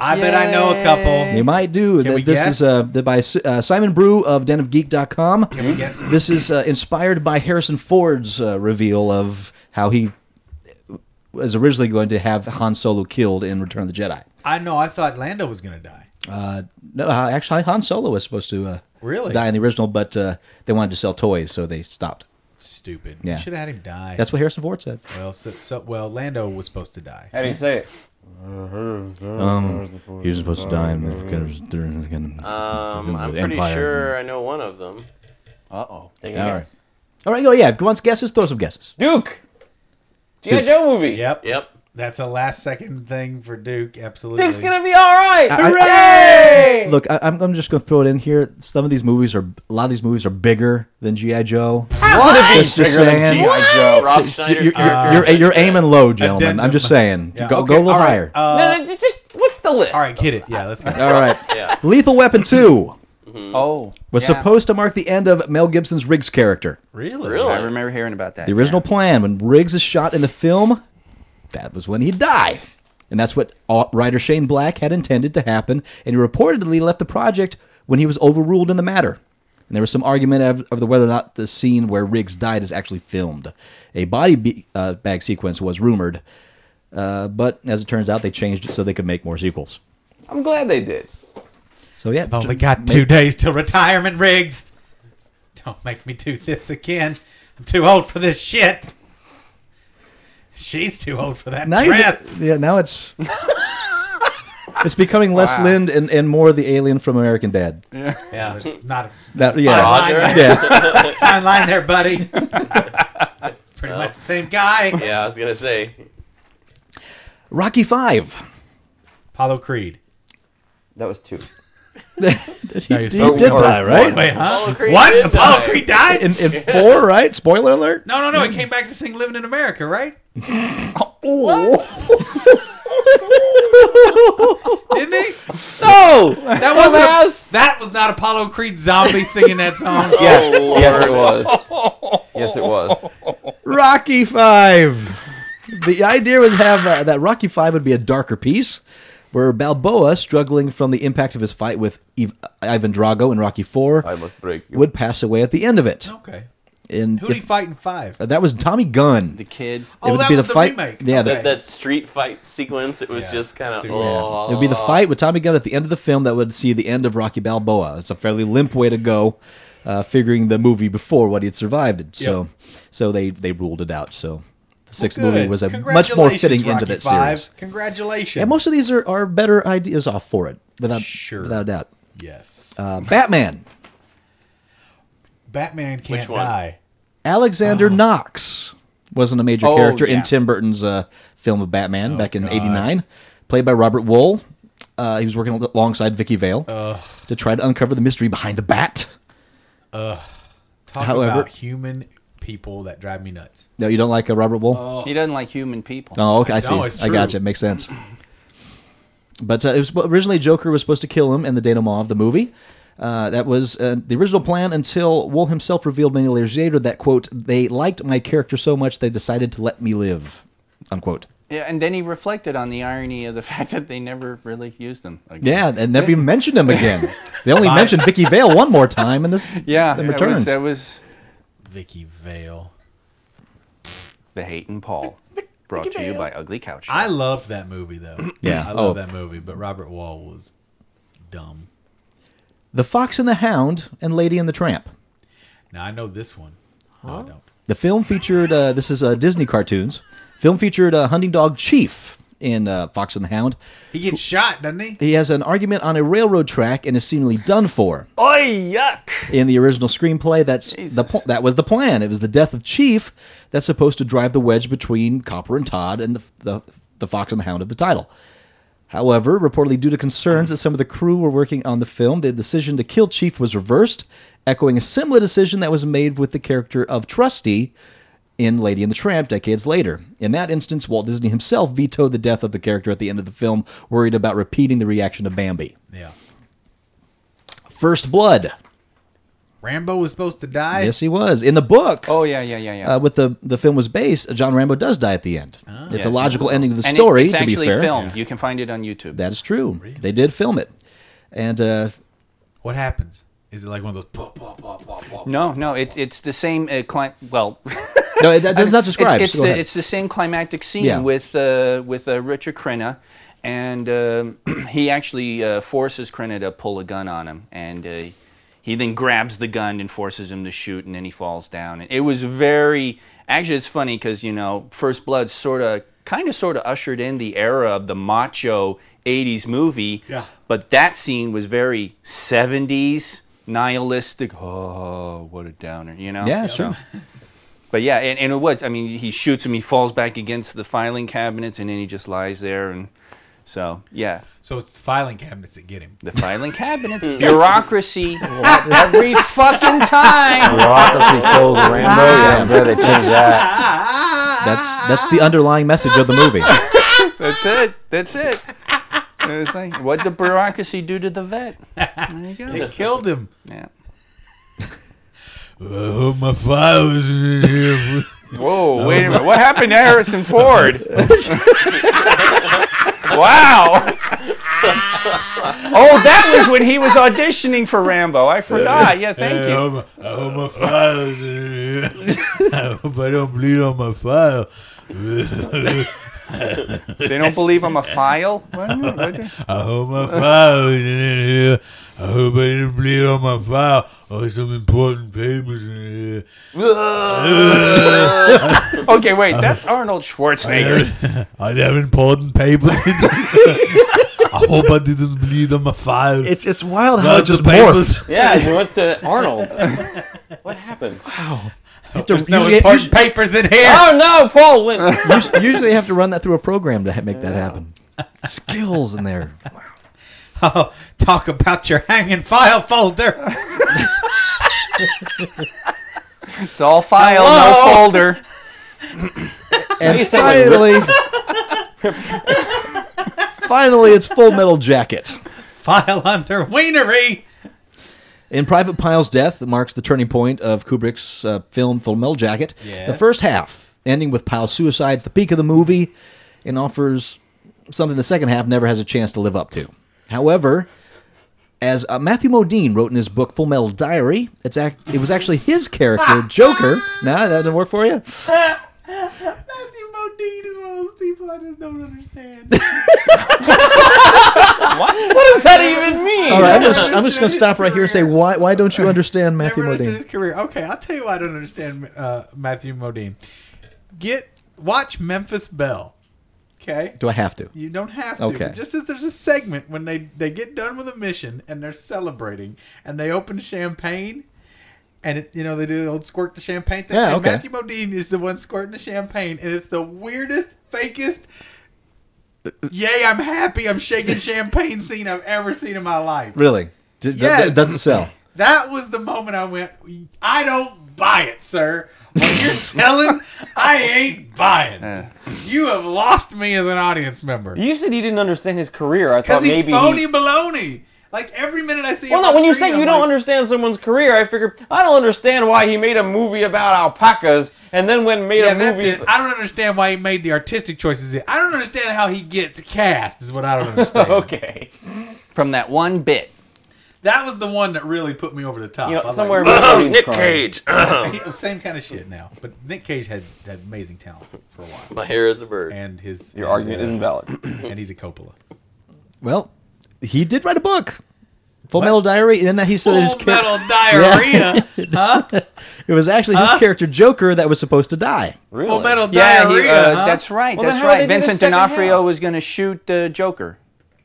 I bet I know a couple.
You might do.
Can we
this
guess?
is uh, the- by S- uh, Simon Brew of denofgeek.com.
Can we guess?
This is uh, inspired by Harrison Ford's uh, reveal of how he was originally going to have Han Solo killed in Return of the Jedi.
I know. I thought Lando was gonna die.
No, uh, actually, Han Solo was supposed to uh,
Really?
die in the original, but uh, they wanted to sell toys, so they stopped.
Stupid.
Yeah.
Should have had him die.
That's what Harrison Ford said.
well. So, so, well, Lando was supposed to die.
How do you say it?
Oh,
Um, He was supposed to die in the
Um, I'm pretty sure I know one of them.
Uh oh.
All right. All right. Oh yeah. If you want guesses, throw some guesses.
Duke. G.I. Joe movie.
Yep.
Yep.
That's a last second thing for Duke. Absolutely.
Duke's gonna be all right.
I- I-
Hooray!
Look, I, I'm, I'm just going to throw it in here. Some of these movies are a lot of these movies are bigger than GI Joe.
What if he's
Just- just
bigger than
saying.
G.I. Joe?
Rob
You're,
Schneider's
you're,
character
you're,
is
you're aiming low, gentlemen.
Addendum.
I'm just saying.
Yeah,
Go,
okay,
go a little
all right,
higher.
uh,
no, no, ju- just what's the list?
all right, hit it. Yeah, let's go.
all right.
Yeah.
Lethal Weapon 2
Oh.
was
yeah.
supposed to mark the end of Mel Gibson's Riggs character.
really?
Really?
I remember hearing about that.
The original plan, when Riggs is shot in the film, that was when he'd die. And that's what au- writer Shane Black had intended to happen, and he reportedly left the project when he was overruled in the matter. And there was some argument of, of the, whether or not the scene where Riggs died is actually filmed. A body be- uh, bag sequence was rumored, uh, but as it turns out, they changed it so they could make more sequels.
I'm glad they did.
So yeah,
I've only got two days till retirement, Riggs. Don't make me do this again. I'm too old for this shit. She's too old for that
now you're
dress.
ju- yeah, now it's it's becoming less Lind and, and more the alien from American Dad.
Yeah, there's not a
That, yeah,
Roger.
yeah.
fine line there, buddy. Pretty much the same guy.
Yeah, I was gonna say.
Rocky Five.
Apollo Creed.
That was two.
He,
No,
he
you're
did
supposed
to-
die,
or-
right?
Wait, huh?
Apollo Creed
what?
did
Apollo
die.
Creed died?
In, in four, right? Spoiler alert.
no, no, no. He came back to sing "Living in America," right? Didn't he?
No,
That wasn't. a-
Dumbass!
that was not Apollo Creed zombie singing that song.
Yes,
Oh,
yes, it
Lord.
was. Yes, it was.
Rocky Five. The idea was have uh, that Rocky Five would be a darker piece, where Balboa, struggling from the impact of his fight with Eve, Ivan Drago in Rocky Four,
I must break you.
would pass away at the end of it.
Okay.
And
Who did he
if-
fight in five?
that was Tommy Gunn.
The kid.
it
Oh,
would
that
be
was
the
the
fight.
remake.
Yeah, the-
Okay.
That street fight sequence, it was
Yeah,
just kind of.
stupid.
Oh.
It would be the fight with Tommy Gunn at the end of the film that would see the end of Rocky Balboa. It's a fairly limp way to go, uh, figuring the movie before what he had survived. it. So,
Yep.
so they they ruled it out. So, the sixth
Good.
movie was a much more fitting
Congratulations,
end to
Rocky
that
Five.
series.
Congratulations.
And most of these are, are better ideas off for it, without
Sure.
without a doubt.
yes.
Uh, Batman,
Batman can't
one?
die.
Alexander Knox wasn't a major
Oh,
character in
yeah.
Tim Burton's uh, film of Batman back in '89, played by Robert Wool. Uh, he was working al- alongside Vicky Vale to try to uncover the mystery behind the bat.
Talk
However-
about human people that drive me nuts.
No, you don't like uh, Robert Wool?
He doesn't like human people.
Oh, okay. I
No,
see.
it's
I gotcha.
true.
It makes sense. But uh, it was originally Joker was supposed to kill him in the denouement of the movie. Uh, that was uh, the original plan until Wool himself revealed many years later that quote they liked my character so much they decided to let me live unquote.
Yeah, and then he reflected on the irony of the fact that they never really used them. Again.
Yeah, and never even mentioned him again. They only mentioned Vicky Vale one more time in this.
Yeah,
in
that
Returns.
was, that was
Vicky Vale.
the hate and Paul, brought to you by Ugly Couch.
I loved that movie though.
Yeah.
I love
Oh.
that movie, but Robert Wall was dumb.
the Fox and the Hound and Lady and the Tramp.
Now I know this one. No, I don't.
The film featured uh, this is uh, Disney cartoons. Film featured uh, hunting dog Chief in uh, Fox and the Hound.
He gets shot, doesn't he?
He has an argument on a railroad track and is seemingly done for.
oh yuck!
In the original screenplay, that's the pl- that was the plan. It was the death of Chief that's supposed to drive the wedge between Copper and Todd and the the, the Fox and the Hound of the title. However, reportedly due to concerns that some of the crew were working on the film, the decision to kill Chief was reversed, echoing a similar decision that was made with the character of Trusty in Lady and the Tramp decades later. In that instance, Walt Disney himself vetoed the death of the character at the end of the film, worried about repeating the reaction of Bambi.
Yeah.
First Blood.
Rambo was supposed to die.
Yes, he was. In the book,
Oh yeah, yeah, yeah, yeah.
uh, with the the film was based, uh, John Rambo does die at the end. it's a
Ah. Yes.
logical ending to the
And it-
story,
it's
to be
actually
fair.
filmed. You can find it on YouTube.
That is true. They did film it. And uh,
What happens? Is it like one of those? Pop, pop, pop, pop, pop?
no, no, it, it's the same uh, cli- Well,
no, it, that does not describe.
it's,
so go
the,
ahead.
it's the same climactic scene
Yeah.
with uh, with uh, Richard Crenna, and um he actually uh, forces Crenna to pull a gun on him, and uh, he then grabs the gun and forces him to shoot, and then he falls down. And it was very actually it's funny because you know First Blood sort of kind of sort of ushered in the era of the macho 80s movie
Yeah.
but that scene was very 70s nihilistic oh what a downer you know
yeah,
So-
sure.
but yeah, and, and it was. I mean, he shoots him, he falls back against the filing cabinets, and then he just lies there. And so, yeah,
So it's the filing cabinets that get him.
the filing cabinets, bureaucracy, every fucking time.
Bureaucracy kills Rambo. Yeah, I'm glad they changed that.
That's that's the underlying message of the movie.
That's it. That's it. And It's like, what the bureaucracy do to the vet? There you go.
They killed him.
Yeah.
Oh, my files in here.
Whoa, wait a minute. What happened to Harrison Ford? wow. Oh, that was when he was auditioning for Rambo. I forgot. Yeah, thank
I
you.
hope, I hope my files in here. I hope I don't bleed on my file.
They don't believe I'm a file. What? What?
I hope my files in here. I hope I didn't bleed on my file or some important papers in here.
Okay, wait. That's Arnold Schwarzenegger.
I have important papers. in here. I hope I didn't bleed on my file.
It's it's wild how it
How's the
just
papers?
morphs.
Yeah, you went to Arnold. what happened?
There's no
usually-
important papers in here.
Oh no, Paul went.
Usually, usually you have to run that through a program to ha- make that happen. Skills in there.
Oh, talk about your hanging file folder.
It's all file, no folder.
And finally, finally, it's Full Metal Jacket.
File under wienery.
In Private Pyle's death marks the turning point of Kubrick's uh, film Full Metal Jacket. The
Yes.
first half, ending with Pyle's suicide, is the peak of the movie and offers something the second half never has a chance to live up to. However, as uh, Matthew Modine wrote in his book Full Metal Diary, it's ac- it was actually his character, Joker. Nah, that didn't work for you?
Matthew Modine is one of those people I just don't understand.
What does that even mean?
All right, I'm just, I'm just going to stop right here and say, why, why don't you understand Matthew
Never understood his
Modine?
career. Okay, I'll tell you why I don't understand uh, Matthew Modine. Get watch Memphis Belle. Okay.
Do I have to?
You don't have to.
Okay.
But just as there's a segment when they, they get done with a mission and they're celebrating and they open champagne and it, you know they do the old squirt the champagne thing.
Yeah,
and
okay.
Matthew Modine is the one squirting the champagne, and it's the weirdest, fakest.
Uh,
Yay! I'm happy. I'm shaking champagne scene I've ever seen in my life.
Really? D- d-
Yes.
d- doesn't sell.
That was the moment I went. I don't buy it, sir. What you're selling, I ain't buying. You have lost me as an audience member
You said you didn't understand his career. I
because
thought
he's
maybe.
phony
he-
baloney. Like every minute I see.
well,
him
no.
on
When you
screen,
say you
I'm
don't
like,
understand someone's career, I figured I don't understand why he made a movie about alpacas and then went and made
Yeah,
a
that's
movie.
it. I don't understand why he made the artistic choices. I don't understand how he gets cast. Is what I don't understand.
okay.
From that one bit.
That was the one that really put me over the top.
You
I
know,
was
somewhere.
like,
in my audience
Nick
card.
Cage.
Yeah, same kind of shit now. But Nick Cage had, had amazing talent for a while,
My hair is a bird.
and his
Your
and,
argument
uh,
isn't valid.
and he's a Coppola.
Well, he did write a book, Full Metal Diary, and in that he said that his
Full
char-
metal diarrhea.
it was actually his character Joker that was supposed to die.
Really?
Full metal
Yeah,
diarrhea.
he, uh,
huh?
that's right.
Well, then
that's
how
right.
did they do the
Vincent
second
D'Onofrio
half?
was going to shoot uh, Joker.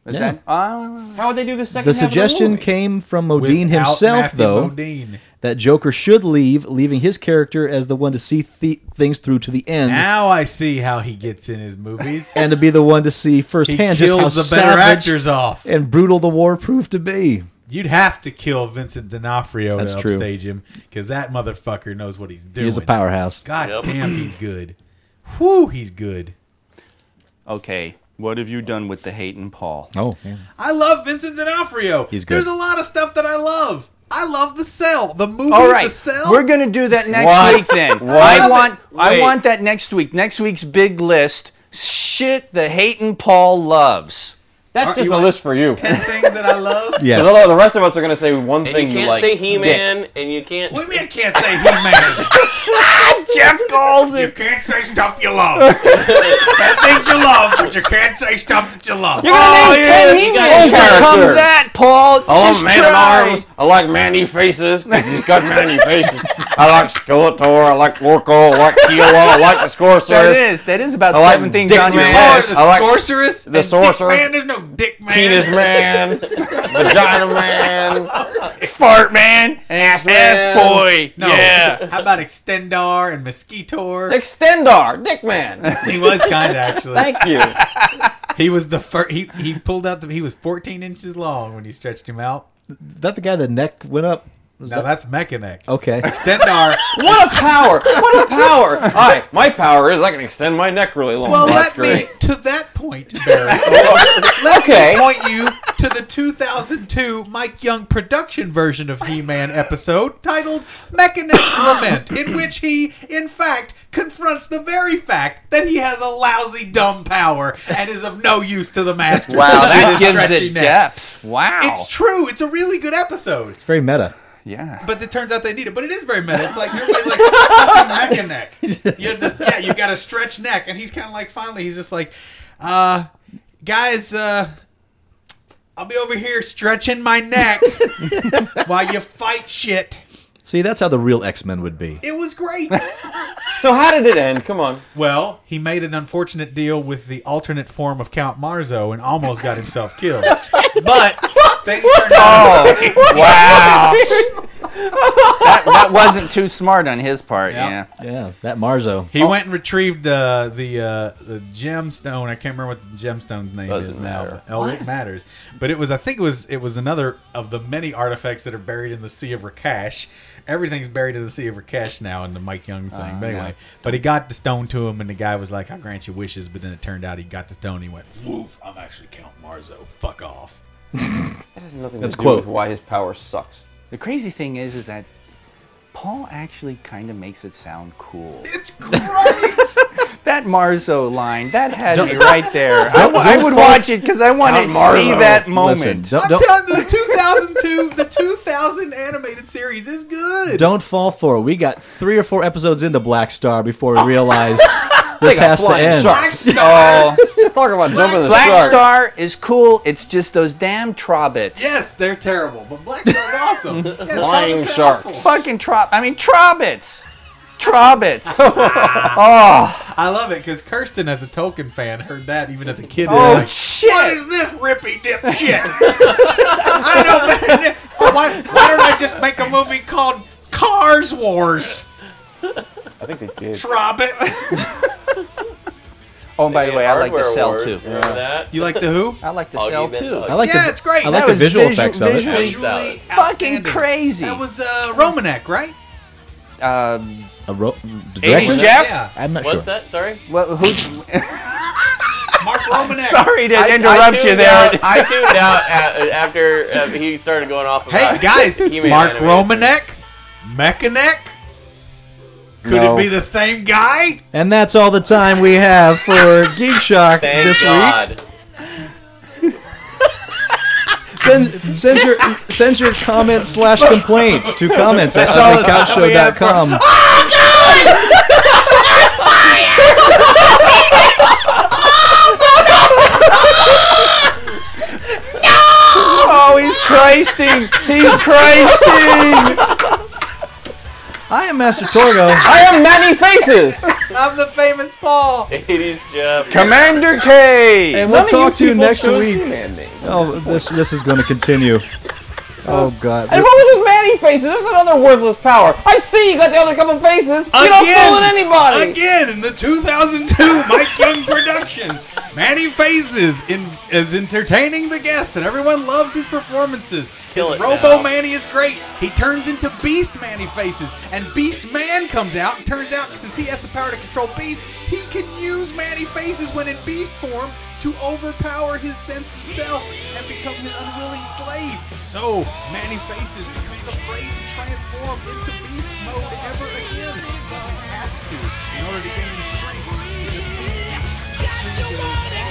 Is
Yeah.
that? Ah,
How would they do the second?
The
half of
suggestion
movie?
came from Modine
Without
himself,
Matthew
though,
Modine.
that Joker should leave, leaving his character as the one to see th- things through to the end.
Now I see how he gets in his movies.
and to be the one to see
he
firsthand just how
kills the better
savage
actors off.
and brutal the war proved to be.
You'd have to kill Vincent D'Onofrio
That's
to
true.
upstage him because that motherfucker knows what he's doing.
He is a powerhouse.
God
Yep.
damn, he's good. Whew, he's good.
okay. What have you done with the hate and Paul?
Oh,
I love Vincent D'Onofrio.
He's good.
There's a lot of stuff that I love. I love The Cell, the movie
All right,
The Cell.
we're gonna do that next
What?
week then.
What?
I want, I
Wait.
want that next week. Next week's big list: shit the Hayden Paul loves.
That's
Aren't
just
you
a
on-
list for you.
Ten things that I love.
yeah.
'Cause although the rest of us are gonna say one
and
thing
you can't
like.
say He-Man, and you can't.
What do you mean I can't say he man? Ah,
Jeff calls
you can't say stuff you love. Ten things you love, but you can't say stuff that you love.
Oh yeah, you guys-
Overcome
character.
that, Paul.
I love
Just
man in
try.
arms. I like manny faces. 'cause He's got manny faces. I like Skeletor. I like Orko. I like Kilo. I like the
That
Sorceress.
is. That is about
I like
seven things
Dick
on your
Man.
Or
list.
the
I like-
sorceress, the
sorcerer.
man. There's no dick man.
Penis man. Vagina man.
Fart man, ass,
man.
boy.
No.
Yeah.
How about Extendar and Mosquitoar?
Extendar. Dick man.
He was kind of actually.
Thank you.
He was the first. He, he pulled out the. He was 14 inches long when you stretched him out.
Is that the guy the neck went up? Is
Now
that-
that's Mechaneck.
okay.
Stendar.
What a power. What a power. Hi, my power is I can extend my neck really long.
Well,
That's
let me
great. Oh,
to that point, Barry.
Okay.
point you to the 2002 Mike Young production version of He-Man episode titled Mechanist's Lament, in which he, in fact, confronts the very fact that he has a lousy, dumb power and is of no use to the master.
Wow,
With
that
his
gives
stretchy
it
neck.
depth. Wow.
It's true. It's a really good episode.
Very meta.
yeah.
But it turns out they need it. But it is very meta. It's like everybody's like fucking neck and neck. You just, yeah, you got a stretch neck, and he's kind of like finally he's just like, uh, guys, uh, I'll be over here stretching my neck while you fight shit.
See, that's how the real X Men would be.
It was great.
So how did it end? Come on.
Well, he made an unfortunate deal with the alternate form of Count Marzo and almost got himself killed. But things turned out.
Wow. that, that wasn't too smart on his part.
Yeah.
Yeah.
Yeah, that Marzo.
He went and retrieved uh, the uh, the gemstone. I can't remember what the gemstone's name
Doesn't
is now.
matter.
but- Oh, it matters. But it was, I think it was, it was another of the many artifacts that are buried in the Sea of Rakash. Everything's buried in the Sea of Rakash now in the Mike Young thing. but anyway, but he got the stone to him, and the guy was like, "I grant you wishes," but then it turned out he got the stone. And he went, "Woof! I'm actually Count Marzo. Fuck off."
That has nothing
That's
to do
quote.
with why his power sucks.
The crazy thing is, is that Paul actually kind of makes it sound cool.
It's great.
That Marzo line, that had me right there. I, w- I
don't
would
fall-
watch it because I want to
Not Marzo.
see that moment.
Listen, don't,
I'm telling
don't,
you, the 2002, the 2000 animated series is good.
don't fall for it. We got three or four episodes into Black Star before we realized this
Like a
has to
flying
end.
shark.
Actually,
Oh,
Talk about jumping the
Black
shark.
Star is cool. It's just those damn Trobits.
Yes, they're terrible, but Black Star is awesome. Yeah,
Flying
Trobits are
sharks.
helpful.
Fucking Trop. I mean, Trobits. Trobits.
I love it because Kirsten, as a Tolkien fan, heard that even as a kid.
Oh,
Like,
shit.
What is this rippy dip shit? I don't. Why, why don't I just make a movie called Car Star Wars.
I think they did.
Robots.
Oh, and by the way, I like the
Hardware
cell
Wars,
too.
remember that?
You like the Who?
I like the
Augie
cell
Bentley.
too.
I like
Yeah,
the,
it's great.
I like
That
the
was
visual
visu-
effects of
visually-
it.
Visually
Visually
Fucking
outstanding.
crazy.
That was uh, Romanek, right?
Um,
A ro- the
Eighties
director?
Jeff.
Yeah.
I'm not sure.
What's that? Sorry.
Well, who?
Mark Romanek.
Sorry to
I- I
interrupt you
tuned
there.
out- I tuned out a- after uh, he started going off.
Hey
About
guys,
He-Man
Mark
animations.
Romanek, Mechanek. Could
No.
it be the same guy?
And that's all the time we have for Geek Shock
Thank
this week.
God.
Send, send your send your comments slash complaints to comments at
all the time we have for-
uglycouchshow.com.
Oh, he's Christing. He's Christing.
I am Master Torgo.
I am many faces.
I'm the famous Paul.
80s Jeff.
Commander K.
And we'll
None of
talk to you
people
next
chose
week.
He-Man names.
Oh, this this is going to continue. Oh God.
And what was with Manny faces? That's another worthless power. I see you got the other couple faces. You don't
Again.
fool with anybody.
Again in the 2002 Mike Young Productions, Manny Faces in, is entertaining the guests, and everyone loves his performances.
Kill
his
it now.
Robo Manny is great. He turns into Beast Manny Faces, and Beast Man comes out. And turns out, since he has the power to control Beast, he can use Manny Faces when in Beast form to overpower his sense of self and become his unwilling slave. So Manny Faces becomes afraid to transform into Beast mode ever again. But he has to in order to gain the strength. to defeat
Got you wanting